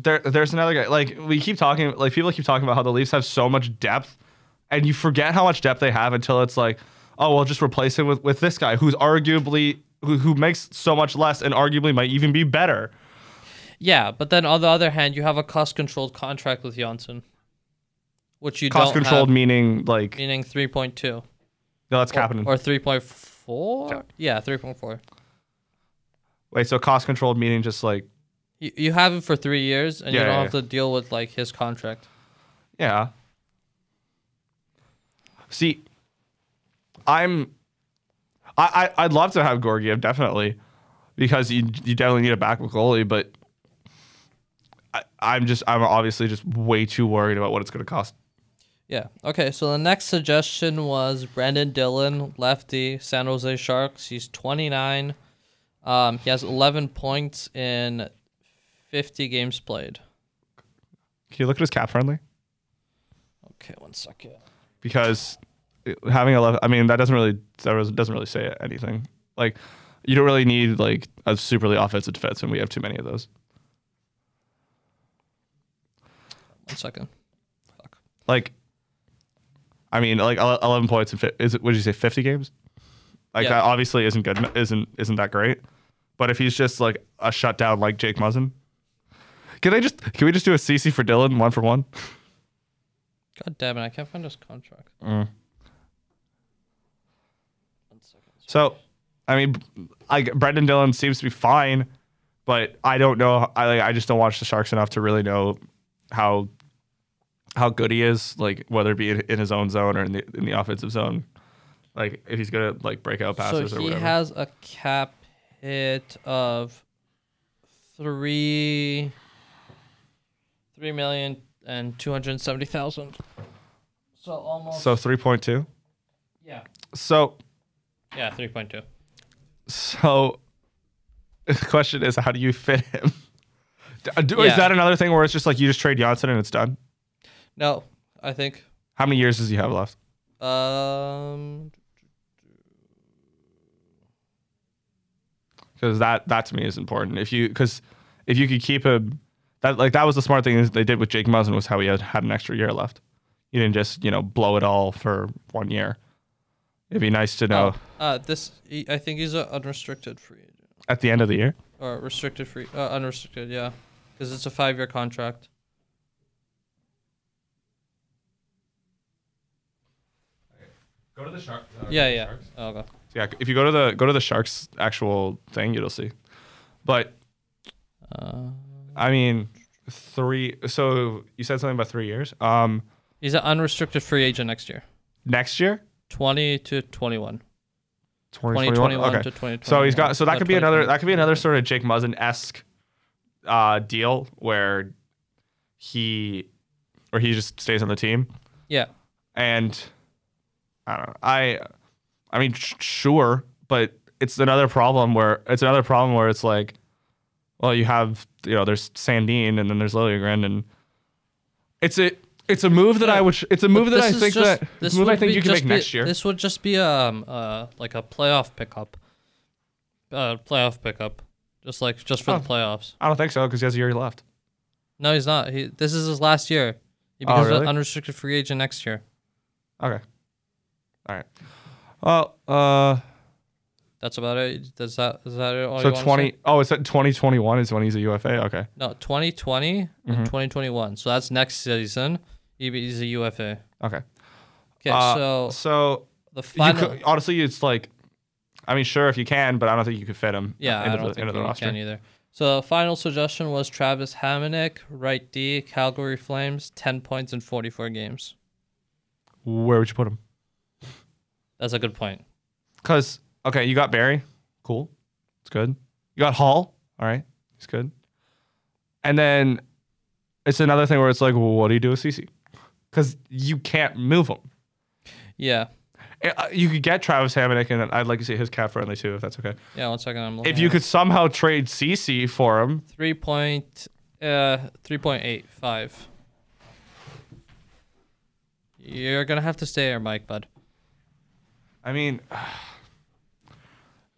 there there's another guy. Like we keep talking like people keep talking about how the Leafs have so much depth and you forget how much depth they have until it's like, oh well just replace him with, with this guy who's arguably who, who makes so much less and arguably might even be better.
Yeah, but then on the other hand, you have a cost-controlled contract with Janssen, which you
Cost
don't
controlled
have,
meaning like
meaning three point two.
no that's
or,
Kapanen.
or 3.4 yeah 3.4
Wait, so cost controlled meaning just like
you, you have him for three years and you
Yeah,
don't
yeah,
have to deal with like his contract
yeah. See I'm I, I I'd love to have Gorgiev definitely because you you definitely need a backup goalie, but I, I'm just I'm obviously just way too worried about what it's going to cost.
yeah okay so the next suggestion was brandon dillon lefty san jose sharks he's 29 um, he has 11 points in 50 games played
Can you look at his cap friendly?
okay one second
Because it- having a left, I mean, that doesn't really that was- doesn't really say anything. Like you don't really need like a superly offensive defenseman. We have too many of those.
one second Fuck.
Like, I mean, like ele- 11 points in fi- is it? Would you say 50 games? Like
Yeah.
that obviously isn't good. Isn't isn't that great? But if he's just like a shutdown like Jake Muzzin, can they just can we just do a CC for Dylan one for one?
god damn it i can't find his contract
Mm.
one second
So, I mean, I, Brendan Dillon seems to be fine, but I don't know. I like, I just don't watch the Sharks enough to really know how how good he is. Like whether it be in, in his own zone or in the in the offensive zone, like if he's gonna like break out passes
so
or
he
whatever.
has a cap hit of three three million and two hundred seventy thousand. So almost
so three point two.
yeah
So
yeah three point two.
so the question is, how do you fit him? Do- Do,
Yeah.
Is that another thing where it's just like you just trade Johnson and it's done?
No, I think
How many years does he have left?
um
because that that to me is important. If you because if you could keep him, that like that was the smart thing is they did with Jake Muzzin was how he had, had an extra year left. You didn't just you know blow it all for one year. It'd be nice to know
Uh, this he, I think he's an unrestricted free agent
at the end of the year.
or restricted free, uh, unrestricted. Yeah, because it's a five-year contract.
Go to the sharks.
Yeah, yeah. Oh, okay.
Yeah, if you go to the go to the sharks actual thing, you'll see. But
Uh,
I mean, three. So you said something about three years. Um,
he's an unrestricted free agent next year,
next year,
twenty to twenty-one.
2021?
2021
Okay.
to 2021.
So he's got. So that
Uh,
could be another. That could be
2021.
another sort of Jake Muzzin esque uh, deal where he or he just stays on the team.
Yeah,
And I don't know. I I mean, sh- sure, but it's another problem where it's another problem where it's like, well, you have you know, there's Sandine and then there's Lilligren, and it's a it's a move that I would. It's a move
But
that I
this is
think
just-
that
this
this move I
would
think
be
you can
just
make
be-
next year.
This would just be um uh like a playoff pickup, uh playoff pickup, just like just for
Oh.
the playoffs.
I don't think so because he has a year left.
No, he's not. He this is his last year. He
Oh,
becomes
really?
an unrestricted free agent next year.
Okay. All right. Well, uh,
That's about it. Does that is that it? All you
so
wanna say?
twenty. Oh, it's at twenty twenty one is when he's a UFA. Okay.
No, 2020
Mm-hmm.
and 2021. So that's next season. He be- He's a UFA.
Okay.
Okay,
Uh,
so
so
the
you
final.
could, honestly, it's like, I mean, sure if you can, but I don't think you could fit him.
Yeah, I
into
don't
the,
think
into the
we
roster.
can either. So final suggestion was Travis Hamonic, right D, Calgary Flames, ten points in forty four games.
Where would you put him?
That's a good point.
Because okay, you got Barry. Cool. It's good. You got Hall. All right. He's good. And then it's another thing where it's like, well, what do you do with CC? Because you can't move him.
Yeah.
Uh, You could get Travis Hamonic, and I'd like to see his cat friendly too, if that's okay.
Yeah, one second. I'm looking.
If you
at
could somehow trade CC for him,
it. three point uh three point eight five. You're gonna have to stay here, Mike, bud.
I mean, and,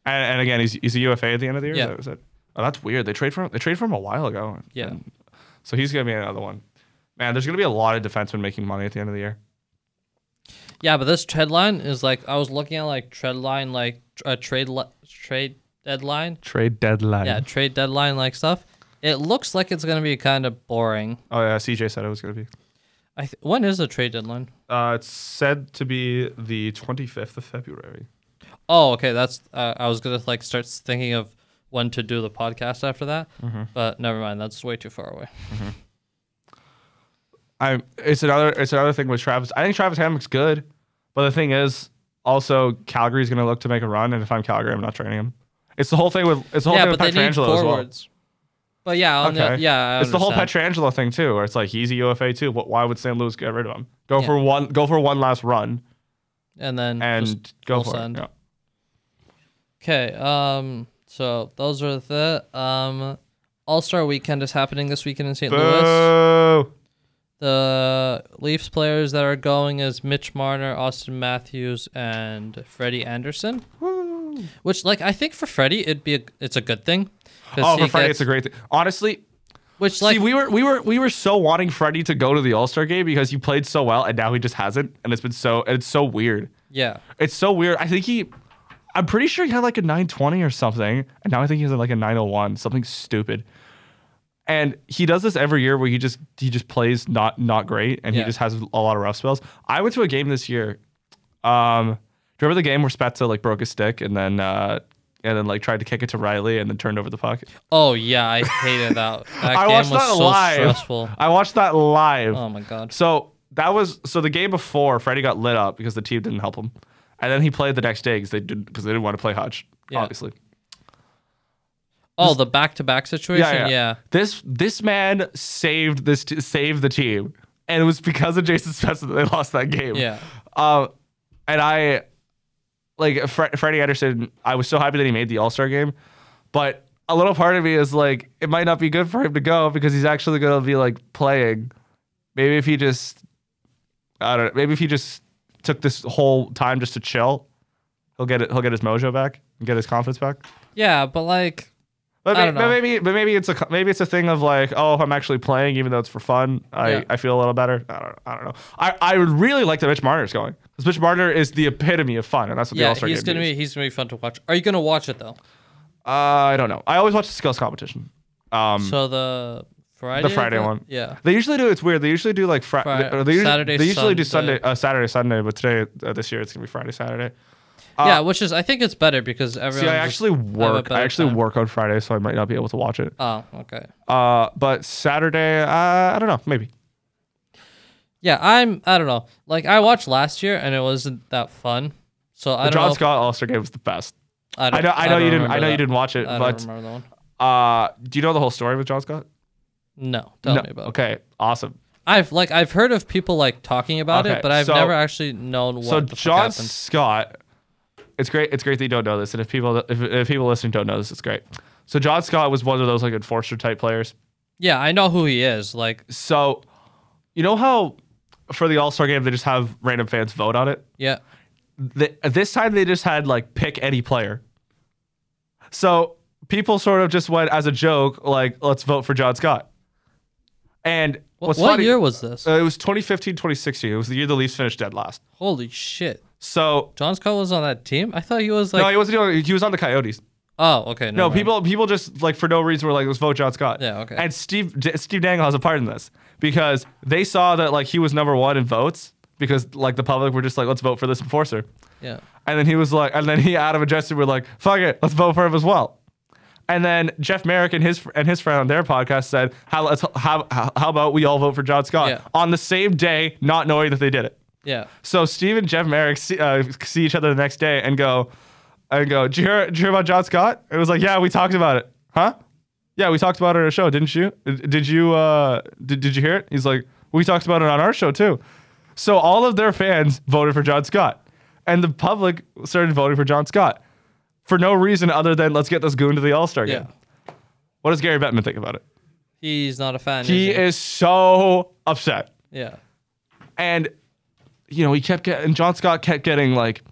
and again, he's, he's a UFA at the end of the year.
Yeah.
Is that- is that- oh, that's weird. They trade for him. They trade for him a while ago.
Yeah.
And- so he's gonna be another one. Man, there's gonna be a lot of defensemen making money at the end of the year.
Yeah, but this trade line is like I was looking at like trade line like tr- uh, trade li- trade deadline.
Trade deadline.
Yeah, trade deadline like stuff. It looks like it's gonna be kind of boring.
Oh yeah. CJ said it was gonna be.
I th- when is the trade deadline?
Uh, it's said to be the 25th of February.
Oh, okay. That's uh, I was gonna like start thinking of when to do the podcast after that,
Mm-hmm.
but never mind. That's way too far away.
I it's another it's another thing with Travis. I think Travis Hammock's good, but the thing is also Calgary's going to look to make a run, and if I'm Calgary, I'm not training him. It's the whole thing with it's the whole
yeah,
thing
but they
with
need
Petrangelo as well.
forwards. But yeah, on
Okay.
the, yeah, I
it's the whole
understand.
Petrangelo thing too, where it's like he's a UFA too. But why would St. Louis get rid of him? Go
Yeah.
for one, go for one last run,
and then
and
just-
go
full
for
send.
it. Yeah.
okay. Um, so those are the um All Star Weekend is happening this weekend in St. Louis.
Boo! Oh,
The Leafs players that are going is Mitch Marner, Austin Matthews, and Freddie Anderson. Which, like, I think for Freddie, it'd be a, it's a good thing. 'cause
Oh,
he
for Freddie,
gets-
it's a great thing. Honestly,
Which like
see, we were we were we were so wanting Freddie to go to the All Star game because he played so well, and now he just hasn't, and it's been so and it's so weird.
yeah.
It's so weird. I think he, I'm pretty sure he had like a 920 or something, and now I think he's at like a 901, something stupid. And he does this every year where he just he just plays not not great, and he
Yeah.
just has a lot of rough spells. I went to a game this year. Um, do you remember the game where Spezza like broke his stick and then uh, and then like tried to kick it to Riley and then turned over the puck?
Oh yeah, I hated that. That
I
game
watched
was
that
so
live.
stressful.
I watched that live.
Oh my god.
So that was so the game before Freddie got lit up because the team didn't help him, and then he played the next day because they didn't because they didn't want to play Hutch,
Yeah.
obviously.
Oh, the back-to-back situation. Yeah.
This this man saved this t- saved the team, and it was because of Jason Spencer that they lost that game.
Yeah.
Um, and I like Fre- Freddie Anderson. I was so happy that he made the All Star game, but a little part of me is like, it might not be good for him to go because he's actually going to be like playing. Maybe if he just, I don't know. Maybe if he just took this whole time just to chill, he'll get it. He'll get his mojo back and get his confidence back.
Yeah, but like,
But But,
I
may-
don't
but
know.
maybe, but maybe it's a maybe it's a thing of like, oh, if I'm actually playing, even though it's for fun, I,
Yeah.
I feel a little better. I don't, I don't know. I, I would really like that Mitch Marner's going because Mitch Marner is the epitome of fun, and that's what the
yeah,
All Star game
he's gonna
is.
be he's gonna be fun to watch. Are you gonna watch it though?
Uh, I don't know. I always watch the skills competition. Um,
So the Friday.
the Friday
is it?
one.
Yeah.
They usually do. It's weird. They usually do like Friday.
Fri-
they, usually-
Saturday,
They usually do
Sunday.
Sunday, uh, Saturday, Sunday. But today, uh, this year, it's gonna be Friday, Saturday.
yeah, which is I think it's better because everyone.
Uh, See, I
just
actually
have a
work. I
better
actually
time.
work on Friday, so I might not be able to watch it.
Oh, okay.
Uh, but Saturday, uh, I don't know. Maybe.
Yeah, I'm. I don't know. Like I watched last year and it wasn't that fun. So I
The
don't
John
know.
Scott All Star game was the best.
I,
I know. I know
don't
you didn't. I
remember
know you
that.
didn't watch it.
I don't
but
remember that one.
uh, do you know the whole story with John Scott?
No, tell
No.
me about. it.
Okay. Awesome.
I've like I've heard of people like talking about
Okay,
it, but I've
so-
never actually known what
so
the
John
fuck happened.
Scott, it's great. It's great that you don't know this, and if people if, if people listening don't know this, it's great. So John Scott was one of those like enforcer type players.
Yeah, I know who he is. Like,
So you know how for the All Star game they just have random fans vote on it.
yeah,
Th this time they just had like pick any player. So people sort of just went as a joke like let's vote for John Scott. And
Wh-
what's
what
funny,
year was this?
Uh, it was 2015, 2016. It was the year the Leafs finished dead last.
Holy shit!
So
John Scott was on that team. I thought he was like.
no, he wasn't. doing- He was on the Coyotes.
oh, okay.
No,
never mind.
people people just like for no reason were like, let's vote John Scott.
Yeah, okay.
And Steve D- Steve Dangle has a part in this because they saw that like he was number one in votes because like the public were just like, let's vote for this enforcer.
Yeah.
And then he was like, and then he Adam and Justin were like, fuck it, let's vote for him as well. And then Jeff Merrick and his and his friend on their podcast said, how let's how, how, how about we all vote for John Scott
Yeah.
on the same day, not knowing that they did it.
Yeah.
So Steve and Jeff Merrick see, uh, see each other the next day and go, and go. Did you hear? Did you hear about John Scott? It was like, yeah, we talked about it, huh? Yeah, we talked about it on a show, didn't you? Did did you? Uh, did Did you hear it? He's like, we talked about it on our show too. So all of their fans voted for John Scott, and the public started voting for John Scott for no reason other than let's get this goon to the All Star
Yeah.
game. What does Gary Bettman think about it?
He's not a fan.
He
is. he?
is so upset
Yeah.
and you know he kept getting John Scott kept getting like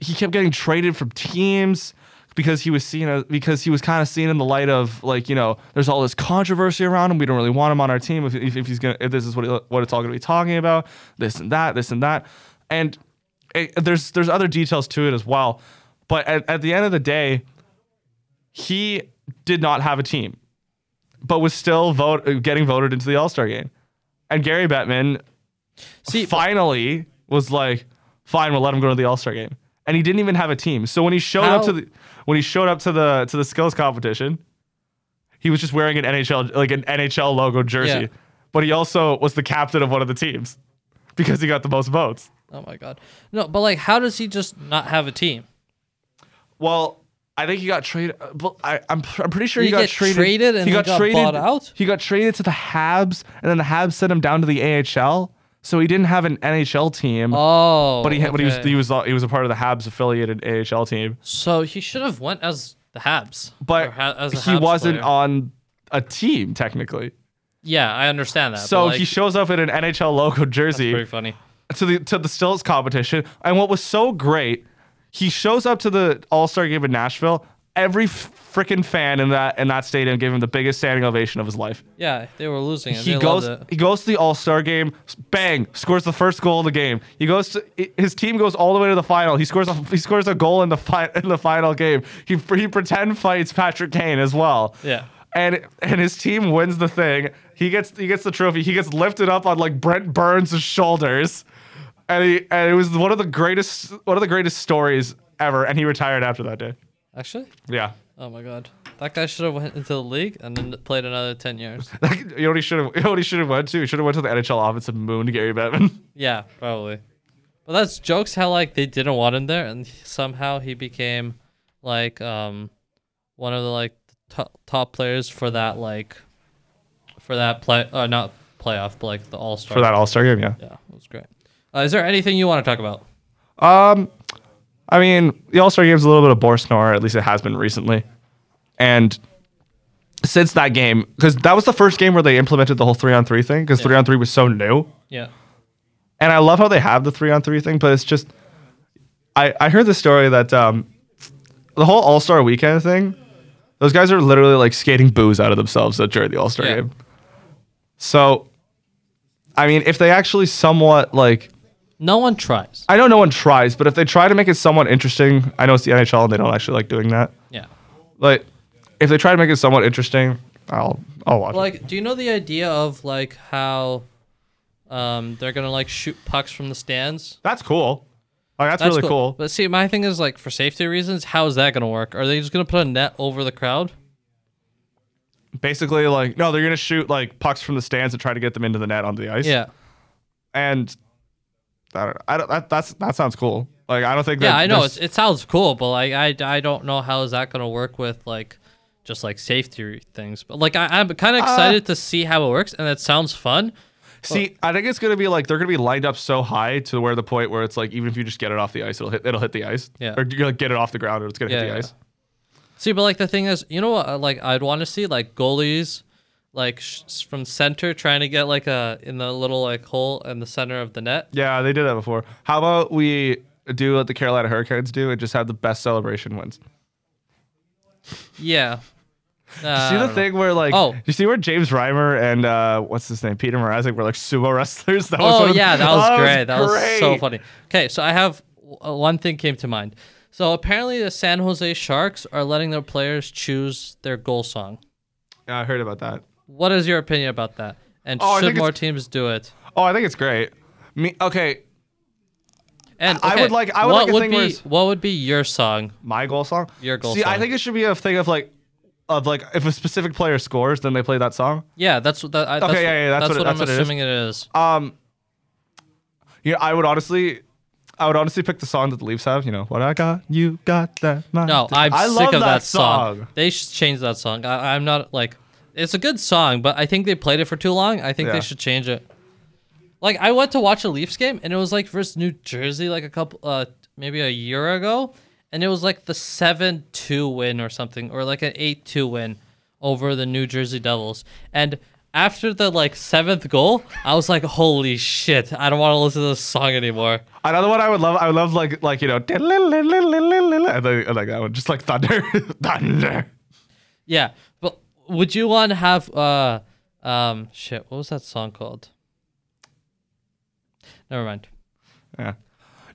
he kept getting traded from teams because he was seen as because he was kind of seen in the light of like you know there's all this controversy around him we don't really want him on our team if, if, if he's gonna if this is what he, what it's all gonna be talking about this and that this and that and it, there's there's other details to it as well but at, at the end of the day he did not have a team but was still vote getting voted into the All Star game and Gary Bettman
See,
finally was like, "Fine, we'll let him go to the All Star game." And he didn't even have a team. So when he showed up
How-
to the when he showed up to the to the skills competition, he was just wearing an NHL like an NHL logo jersey,
Yeah.
but he also was the captain of one of the teams because he got the most votes.
oh my god. No, but like, how does he just not have a team?
Well, I think he got traded. uh, Well, I, I'm I'm pretty sure
Did
he
he
got
get
traded.
traded and
he
then
got,
got
traded.
bought out?
He got traded to the Habs, and then the Habs sent him down to the AHL. So he didn't have an NHL team.
Oh.
But he, had, but he was
okay.
he was uh, he was a part of the Habs affiliated AHL team.
So he should have went as the Habs.
But
or ha- as a
he
Habs
wasn't
player.
on a team technically.
yeah, I understand that. but,
So
like,
he shows up in an NHL logo
pretty
jersey
funny.
to the to the stills competition. And what was so great, he shows up to the All Star game in Nashville. Every freaking fan in that in that stadium gave him the biggest standing ovation of his life.
Yeah, they were losing. And
He
they
goes.
loved it.
He goes to the All Star game. s- Bang! Scores the first goal of the game. He goes. To, i- his team goes all the way to the final. He scores. A, he scores a goal in the fi- in the final game. He he pretend fights Patrick Kane as well.
Yeah.
And and his team wins the thing. He gets he gets the trophy. He gets lifted up on like Brent Burns' shoulders, and he and it was one of the greatest one of the greatest stories ever. And he retired after that day.
Actually,
Yeah.
oh my god, that guy should have went into the league and then played another ten years.
you know what he should have. You know what he should have went to. He should have went to the NHL office and mooned Gary Bettman.
Yeah, probably. But that's jokes how like they didn't want him there, and somehow he became like um one of the like top top players for that like for that play uh, not playoff but like the All Star.
for that All Star game. Yeah.
yeah, it was great. Uh, is there anything you want to talk about?
Um, I mean, the All Star game's a little bit of bore snore. At least it has been recently, and since that game, because that was the first game where they implemented the whole three on three thing, because three on three was so new.
Yeah.
And I love how they have the three on three thing, but it's just, I I heard the story that um, the whole All Star weekend thing. Those guys are literally like skating booze out of themselves during the All Star
Yeah.
game. So, I mean, if they actually somewhat like,
No one tries.
I know no one tries, but if they try to make it somewhat interesting, I know it's the NHL and they don't actually like doing that.
Yeah.
Like, if they try to make it somewhat interesting, I'll I'll watch. it.
Like, do you know the idea of like how um they're gonna like shoot pucks from the stands?
That's cool. Like, that's, really cool.
But see, my thing is like for safety reasons, how is that gonna work? Are they just gonna put a net over the crowd?
Basically, like, no, they're gonna shoot like pucks from the stands and try to get them into the net onto the ice.
Yeah.
and I don't. I don't. That, that's that sounds cool. Like, I don't think.
Yeah,
that
I know.
there's-
It's, it sounds cool, but like I, I don't know how is that gonna work with like just like safety things. But like I, I'm kind of excited to see how it works, and it sounds fun.
See, I think it's gonna be like they're gonna be lined up so high to where the point where it's like even if you just get it off the ice, it'll hit it'll hit the ice.
Yeah.
Or you like get it off the ground and it's gonna
Yeah,
hit the
yeah.
ice.
See, but like the thing is, you know what? uh, Like I'd want to see like goalies, like sh- s- from center trying to get like a in the little like hole in the center of the net.
Yeah, they did that before. How about we do what the Carolina Hurricanes do and just have the best celebration wins?
Yeah. Uh,
see the thing where like
Oh.
you see where James Reimer and uh what's his name Peter Mrazek were like sumo wrestlers. That was
Oh
one of the-
yeah, that was great. that was so
great.
funny. Okay, so I have uh, one thing came to mind. So apparently the San Jose Sharks are letting their players choose their goal song.
Yeah, I heard about that.
What is your opinion about that? And
Oh, I
should
think
more
it's-
teams do it?
Oh, I think it's great. Me okay,
And
I would
okay,
like- I would
what
like a
would
thing
be
where it's-
what would be your song?
my goal song.
Your goal
See, I
song.
think it should be a thing of like, of like if a specific player scores, then they play that song.
Yeah, that's what that, I, that's,
Okay, yeah, yeah, that's what it-
what,
that's
I'm
what it is.
assuming it is.
Um, yeah, I would honestly, I would honestly pick the song that the Leafs have. You know, what I got, you got that. my-
No, I'm
I
sick
love
of that, song. They should change that song. I, I'm not like, it's a good song, but I think they played it for too long. I think
Yeah.
they should change it. Like I went to watch a Leafs game, and it was like versus New Jersey, like a couple, uh, maybe a year ago, and it was like the seven-two win or something, or like an eight-two win over the New Jersey Devils, and. After the like seventh goal, I was like, "Holy shit! I don't want to listen to this song anymore."
Another one I would love, I would love like like you know, and then- and like that one, just like thunder, thunder.
Yeah, but would you want to have uh um shit? What was that song called? Never mind.
Yeah.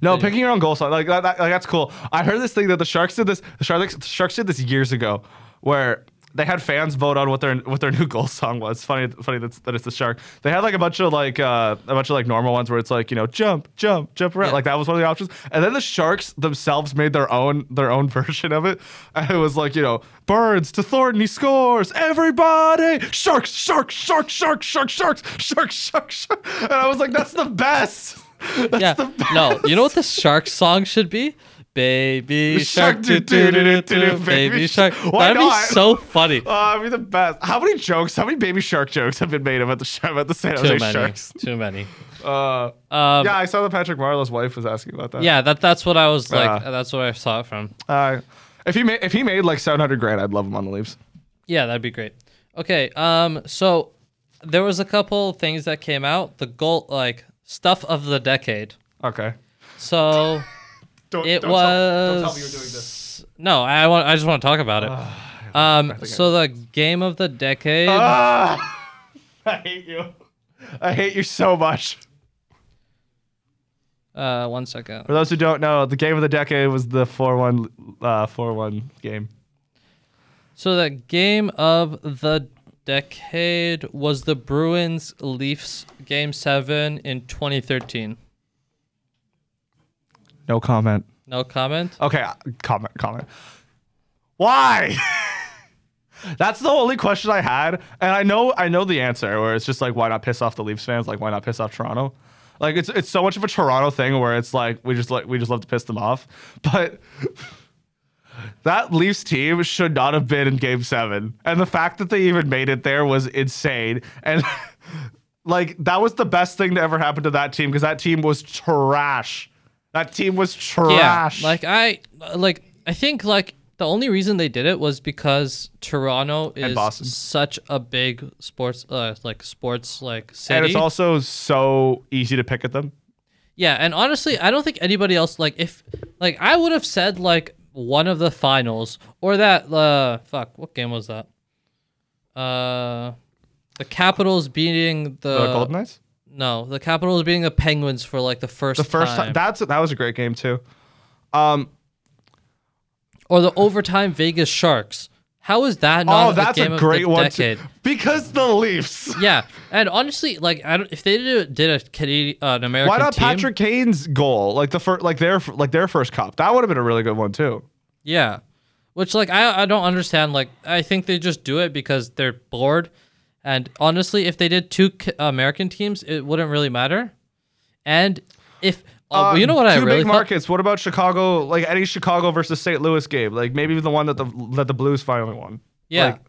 No, picking your own goal song like, that, that- like that's cool. I heard this thing that the Sharks did this. The Sharks, the Sharks did this years ago, where they had fans vote on what their what their new goal song was. Funny, funny that's, that it's the Shark. They had like a bunch of like uh, a bunch of like normal ones where it's like you know jump, jump, jump around.
Yeah.
Like that was one of the options. And then the Sharks themselves made their own their own version of it. And it was like you know Burns to Thornton, he scores. Everybody, Sharks, Sharks, Sharks, Sharks, Sharks, Sharks, Sharks, Sharks. Sharks. And I was like, that's the best. That's
yeah.
the best.
No, you know what the shark song should be? Baby
Shark
shark,
do-
do do
do-
do
do- do-
do, baby shark.
Why
That'd
not?
be so funny.
Oh, it'd be the best. How many jokes? How many baby shark jokes have been made about the sh- about the San Jose
Too many.
Sharks?
Too many.
Uh,
Um,
yeah,
yeah.
I saw that Patrick Marlowe's wife was asking about that.
that that's what I was like.
Yeah.
That's what I saw it from.
Uh, if he made if he made like seven hundred grand, I'd love him on the Leafs.
Yeah, that'd be great. Okay, um, so there was a couple things that came out. The goal, like stuff of the decade.
Okay.
So.
Don't,
It
don't
was.
Tell, don't tell me you're doing this.
No, I want. I just want to talk about it. um, so the game of the decade.
Ah! I hate you. I hate you so much. Ah!
uh, one second.
For those who don't know, the game of the decade was the 4-1 uh, 4-1 game.
So the game of the decade was the Bruins Leafs game seven in 2013.
No comment.
No comment.
Okay, uh, comment, comment. Why? That's the only question I had, and I know I know the answer. Where it's just like, why not piss off the Leafs fans? Like, why not piss off Toronto? Like, it's it's so much of a Toronto thing where it's like we just like we just love to piss them off. But that Leafs team should not have been in Game Seven, and the fact that they even made it there was insane. And like that was the best thing to ever happen to that team because that team was trash. That team was trash.
Yeah, like I like I think like the only reason they did it was because Toronto is
Boston.
such a big sports uh, like sports like city.
and it's also so easy to pick at them.
Yeah, and honestly, I don't think anybody else like if like I would have said like one of the finals or that uh fuck what game was that? Uh, the Capitals beating the,
the Golden Knights.
no the Capitals beating the Penguins for like the first
The first time. that's that was a great game too. Um,
or the overtime Vegas Sharks. How is that not
oh, that's
a game
a
of
great
the
one too.
decade?
Because the Leafs.
yeah, and honestly, like I don't, if they did a, did a Canadian uh, an American
Why not
team,
Patrick Kane's goal? Like the first, like their like their first cop. That would have been a really good one too.
Yeah. Which like I, I don't understand like I think they just do it because they're bored and honestly if they did two K- American teams it wouldn't really matter. And if oh,
Um,
you know what I
two
really
big
thought?
markets. What about Chicago? Like any Chicago versus St. Louis game? Like maybe the one that the that the Blues finally won.
Yeah.
Like,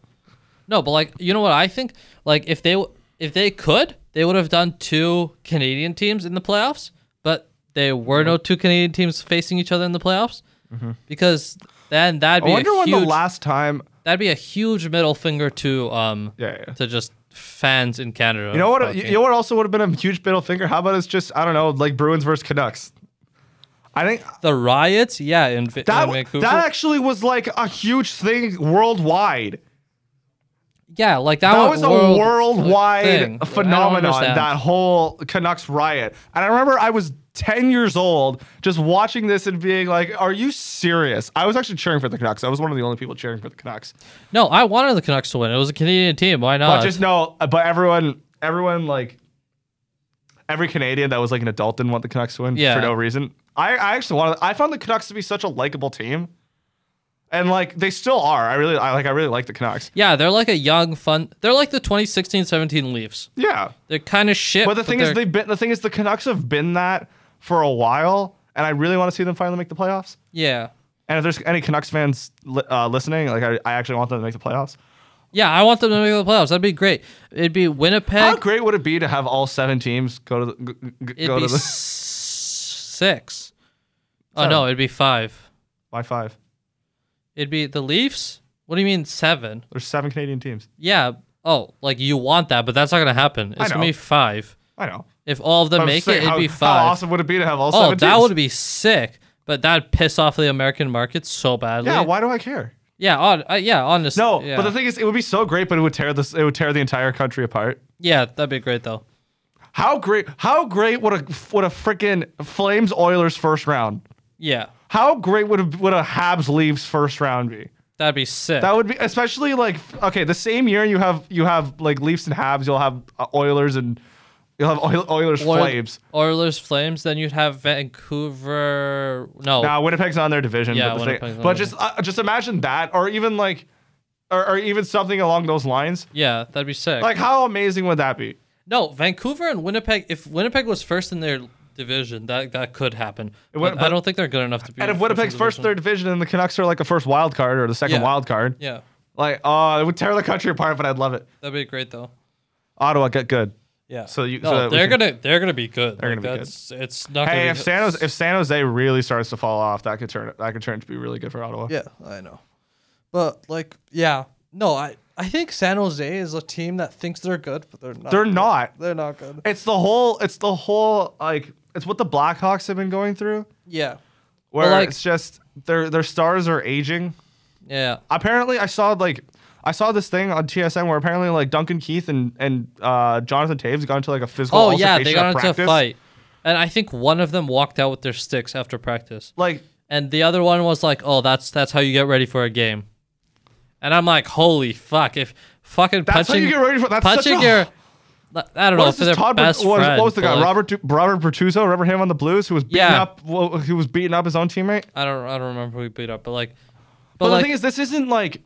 no, but like you know what I think like if they w- if they could they would have done two Canadian teams in the playoffs, but there were
Mm-hmm.
no two Canadian teams facing each other in the playoffs because then that'd
I
be
wonder
a
when
huge
the last time.
that'd be a huge middle finger to um
Yeah, yeah.
to just fans in Canada.
You know what? uh,
fucking-
You know what also would have been a huge middle finger. How about it's just I don't know, like Bruins versus Canucks. I think
The riots, yeah, in, Va-
that
in Vancouver.
that actually was like a huge thing worldwide.
yeah, like that,
That
went
was a
world-
worldwide
thing. I don't
phenomenon.
understand.
That whole Canucks riot. And I remember I was 10 years old just watching this and being like, "Are you serious?" I was actually cheering for the Canucks. I was one of the only people cheering for the Canucks.
No, I wanted the Canucks to win. It was a Canadian team. Why
But
not?
just no. But everyone, everyone like. Every Canadian that was like an adult didn't want the Canucks to win
Yeah.
for no reason. I, I actually wanted. I found the Canucks to be such a likable team, and like they still are. I really, I like. I really like the Canucks.
yeah, they're like a young, fun. They're like the 2016-17 Leafs.
Yeah,
They're kind of shit.
But the thing is,
they're-
they've been the thing is the Canucks have been that for a while, and I really want to see them finally make the playoffs.
yeah,
And if there's any Canucks fans li- uh, listening, like I, I actually want them to make the playoffs.
yeah, I want them to make the playoffs. That'd be great. It'd be
How
Winnipeg.
great would it be to have all seven teams go to the, g- g-
It'd
go
be s-
to the
six. Oh
Seven.
no, it'd be five.
by five?
It'd be the Leafs. What do you mean seven?
There's seven Canadian teams.
Yeah. Oh, like you want that, but that's not gonna happen. It's gonna
know.
be five.
I know.
If all of them
But I'm
make
saying,
it, it'd
how,
be
how
five.
awesome would it be to have all
Oh,
seven teams?
that would be sick. But that'd piss off the American market so badly.
Yeah. Why do I care?
yeah, on, uh, yeah, honestly.
No.
yeah.
But the thing is, it would be so great, but it would tear this. It would tear the entire country apart.
yeah, that'd be great though.
How great? How great would a would a freaking Flames Oilers first round?
Yeah,
How great would a, would a Habs Leafs first round be?
that'd be sick.
That would be especially like okay, the same year you have you have like Leafs and Habs, you'll have uh, Oilers and you'll have Oil, Oilers
Oil-
Flames.
Oilers, Flames. Then you'd have Vancouver. No,
Now Winnipeg's on their division,
Yeah,
but, the
Winnipeg's
thing,
on
but
their-
just uh, just imagine that, or even like, or, or even something along those lines.
yeah, that'd be sick.
Like how amazing would that be?
no, Vancouver and Winnipeg. If Winnipeg was first in their division, that that could happen.
would-
But I
but-
don't think they're good enough to be.
And if
first in
Winnipeg's first
division.
third division and the Canucks are like a first wild card or the second
Yeah.
wild card,
yeah,
like oh, it would tear the country apart, but I'd love it.
that'd be great though.
Ottawa get good.
Yeah.
So you-
no,
so that we
they're
can-
gonna they're gonna be good. They're
gonna be good.
that's, good. It's not.
Hey,
gonna
if
be,
San Jose, if San Jose really starts to fall off, that could turn that could turn to be really good for Ottawa.
Yeah, I know. But like, yeah, no, I I think San Jose is a team that thinks they're good, but they're not.
They're not.
They're not good.
It's the whole. It's the whole. Like it's what the Blackhawks have been going through,
Yeah.
where
like-
it's just their their stars are aging. Oh,
Yeah.
Apparently, I saw like I saw this thing on TSN where apparently like Duncan Keith and and uh, Jonathan Taves got into like a physical.
Oh yeah, they
altercation
got
at
into
practice.
a fight, and I think one of them walked out with their sticks after practice,
Like
and the other one was like, "Oh, that's that's how you get ready for a game," and I'm like, "Holy fuck!" If fucking
that's
punching,
how you get ready for that's
punching
such a,
your, I don't know
What
if
is
they're
this Todd? Bert-
best
what, was,
friend.
what was the
but,
guy?
like,
Robert Du- Robert Bertuzzo. Remember him on the Blues who was beating
Yeah.
up well, who was beating up his own teammate.
I don't I don't remember who he beat up, but like, but,
But
like,
the thing is, this isn't like.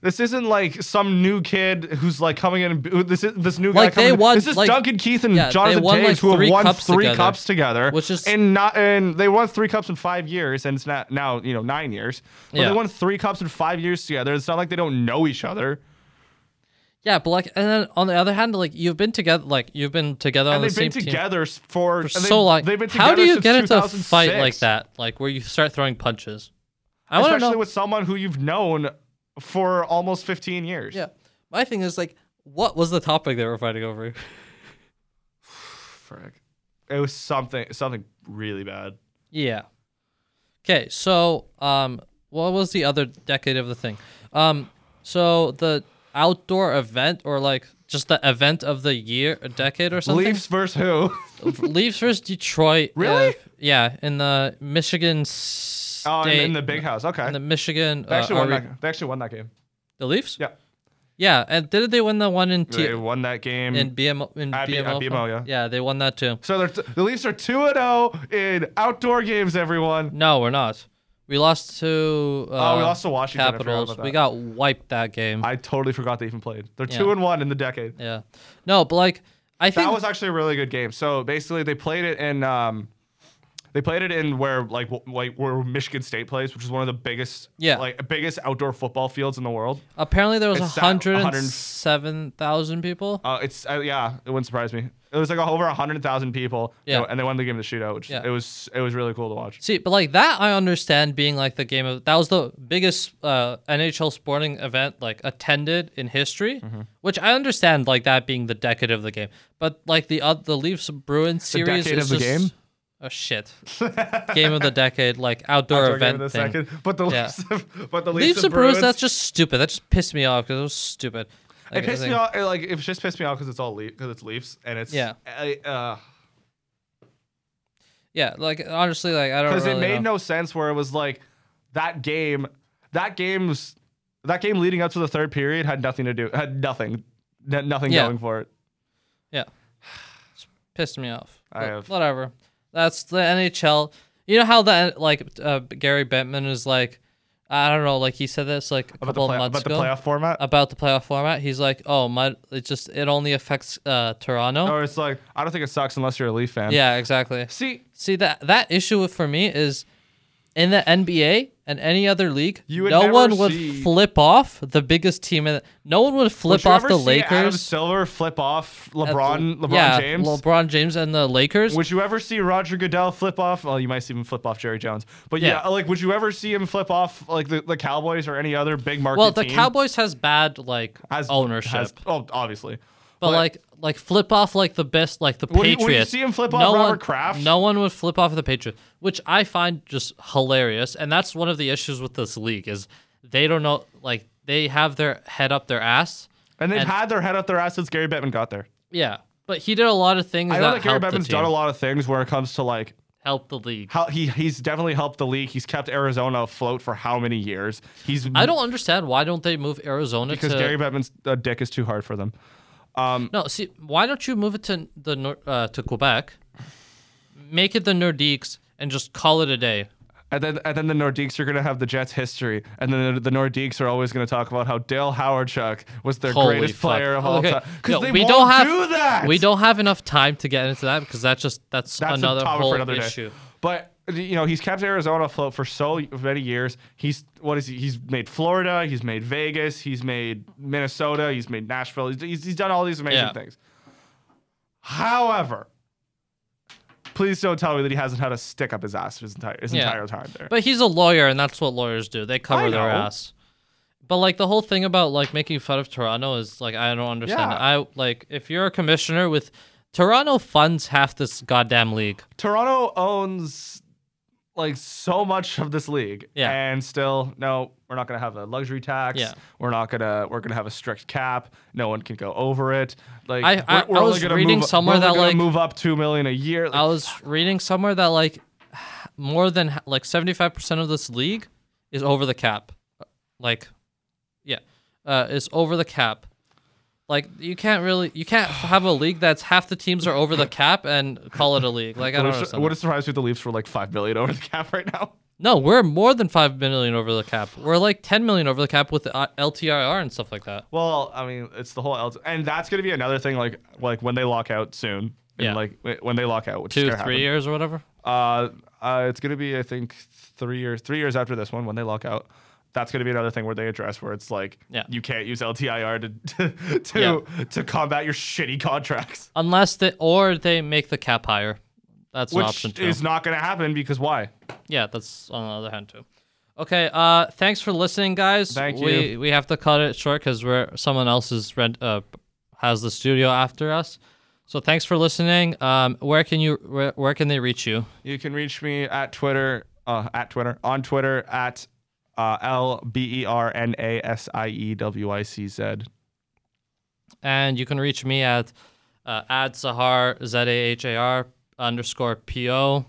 This isn't like some new kid who's like coming in. And, who- this is this new guy.
Like,
coming
they
in-
won-
This is
like-
Duncan Keith and
yeah, they
Jonathan
won,
Taves
like,
who have
three
won
cups
three
together.
cups together,
Which is-
and not and they won three cups in five years, and it's not now you know nine years. But
Yeah.
they won three cups in five years together. It's not like they don't know each other.
Yeah, but like, and then on the other hand, like you've been together, like you've been together on
And
the
they've been
same team
together s-
for
for, and they-
so long.
They've been
How do
together
you
since
get into a fight
2006.
like that, like where you start throwing punches? I want to
especially
know.
with someone who you've known for almost 15 years.
yeah, my thing is like, what was the topic they were fighting over?
Frick. It was something something really bad.
yeah. Okay, so um, what was the other decade of the thing? Um, so the outdoor event or like just the event of the year, a decade or something.
Leafs versus who?
Leafs versus Detroit. uh,
Really?
yeah, in the Michigan State.
Oh, I'm in the big house. Okay.
in the Michigan.
they,
uh,
actually won
are we-
that, they actually won that game.
the Leafs.
Yeah.
Yeah, and didn't they win the one in T-
They won that game.
in BMO? In
At B- at
BMO,
BMO, yeah.
Yeah, they won that too.
so they're t- the Leafs are 2 and 0 in outdoor games, everyone.
No, we're not. We lost to. Uh,
Oh, we lost to Washington. I forgot
Capitals.
about
We
that.
got wiped that game.
I totally forgot they even played. They're
Yeah.
2 and 1 in the decade.
yeah. No, but like I think
That was actually a really good game. So basically, they played it in um, they played it in where like w- like where Michigan State plays, which is one of the biggest
Yeah.
like biggest outdoor football fields in the world.
apparently there was
It's that-
107,000 people.
Uh, it's uh, yeah, it wouldn't surprise me. It was like over hundred thousand people. you
Yeah.
know, and they won the game of the shootout, which
Yeah.
it was it was really cool to watch.
See, but like that, I understand being like the game of that was the biggest uh, NHL sporting event like attended in history,
Mm-hmm.
which I understand like that being the decade of the game. But like the uh, the Leafs Bruins series
decade
is
of the
just-
game?
Oh shit, game of the decade, like outdoor,
Outdoor game
event
in a
thing.
second, but the
Yeah.
Leafs, of, but the Leafs,
Leafs,
and Bruins.
that's just stupid. That just pissed me off because it was stupid. Like,
it
I
pissed me
think-
off. It, like it just pissed me off because it's all Leaf because it's Leafs and it's
Yeah.
I, uh,
Yeah, like honestly, like I don't
because
really
it made
know.
no sense where it was like that game that game's that game leading up to the third period had nothing to do had nothing n- nothing
Yeah.
going for it
Yeah. Pissed me off.
I
But
have-
Whatever. That's the NHL. You know how that like uh, Gary Bettman is like, I don't know, like he said this like a
about,
couple
the, play-
of months
about the
ago
playoff format
about the playoff format. He's like, oh my, it just it only affects uh Toronto.
or it's like i don't think it sucks unless you're a leaf fan
yeah, exactly.
see
See that that issue for me is in the NBA and any other league,
You would
no
never
one would
see-
flip off the biggest team. In the, no one would
would
flip
you
off
ever
the
see
Lakers.
Adam Silver flip off
at the-
LeBron, LeBron
yeah,
James.
LeBron James, and the Lakers.
would you ever see Roger Goodell flip off? Well, you might see him flip off Jerry Jones, but yeah,
Yeah.
like would you ever see him flip off like the, the Cowboys or any other big market?
Well, the
team?
Cowboys has bad like
Has-
ownership,
has- oh, obviously,
but like like flip off like the best like the
Would you- would
Patriots.
you see him flip off Robert
one,
Kraft?
No one would flip off the Patriots, which I find just hilarious, and that's one of the issues with this league is they don't know like they have their head up their ass.
and they've
and-
had their head up their ass since Gary Bettman got there.
Yeah, but he did a lot of things
I know
that
that Gary
helped the
Bettman's
team,
done a lot of things where it comes to like
helped the league.
how he he's definitely helped the league. He's kept Arizona afloat for how many years? He's
I don't understand why don't they move Arizona
because
to
Gary Bettman's uh, dick is too hard for them.
No, see, why don't you move it to the nor- uh, to Quebec, make it the Nordiques, and just call it a day.
And then and then the Nordiques are gonna have the Jets history, and then the, the Nordiques are always gonna talk about how Dale Howardchuk was their
Holy
greatest
fuck.
player of all
Okay.
time because
No,
they
we
won't
don't have,
do that.
We don't have enough time to get into that because that's just that's,
That's
another
a topic
whole
for another
issue.
day. But you know, he's kept Arizona afloat for so many years. He's what is he? He's made Florida. He's made Vegas. He's made Minnesota. He's made Nashville. He's, he's, he's done all these amazing
Yeah.
things. However, please don't tell me that he hasn't had a stick up his ass his entire his
Yeah.
entire time there.
But he's a lawyer, and that's what lawyers do. They cover
I
their
know.
ass. But like the whole thing about like making fun of Toronto is like I don't understand.
Yeah.
I like if you're a commissioner with Toronto funds half this goddamn league.
Toronto owns like so much of this league,
Yeah.
and still, no, we're not gonna have a luxury tax.
Yeah.
We're not gonna we're gonna have a strict cap. No one can go over it. Like
I-
we're,
I-
we're
I
only
was
gonna
reading
move,
somewhere
we're only
that,
gonna
like-
move up two million a year.
I
Like,
was reading somewhere that like more than h- like 75% of this league is over the cap. Like yeah, uh is over the cap. Like you can't really you can't have a league that's half the teams are over the cap and call it a league. Like I don't
would it
understand.
would it surprise you if the Leafs were like five billion over the cap right now?
No, we're more than 5 million over the cap. We're like 10 million over the cap with the uh, LTIR and stuff like that.
Well, I mean, it's the whole L- and that's gonna be another thing. Like like when they lock out soon, and
Yeah.
like wh- when they lock out, which is
2
gonna
3
happen.
years or whatever.
Uh, uh, it's gonna be I think three years three years after this one when they lock out. That's gonna be another thing where they address where it's like
Yeah.
you can't use LTIR to to to, to combat your shitty contracts,
Unless they or they make the cap higher. That's an option
which
too.
is not gonna happen because why?
Yeah, that's on the other hand too. Okay, uh, thanks for listening, guys.
Thank
We we have to cut it short because we're someone else's rent uh has the studio after us. So thanks for listening. Um, where can you where, where can they reach you?
You can reach me at Twitter uh, at Twitter on Twitter at Uh, L B E R N A S I E W I C Z.
And you can reach me at uh, at Zahar, Z A H A R underscore P O.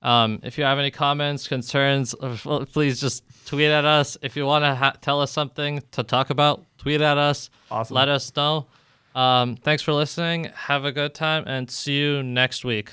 Um, if you have any comments, concerns, uh, please just tweet at us. If you want to ha- tell us something to talk about, tweet at us.
Awesome.
Let us know. Um, thanks for listening. Have a good time and see you next week.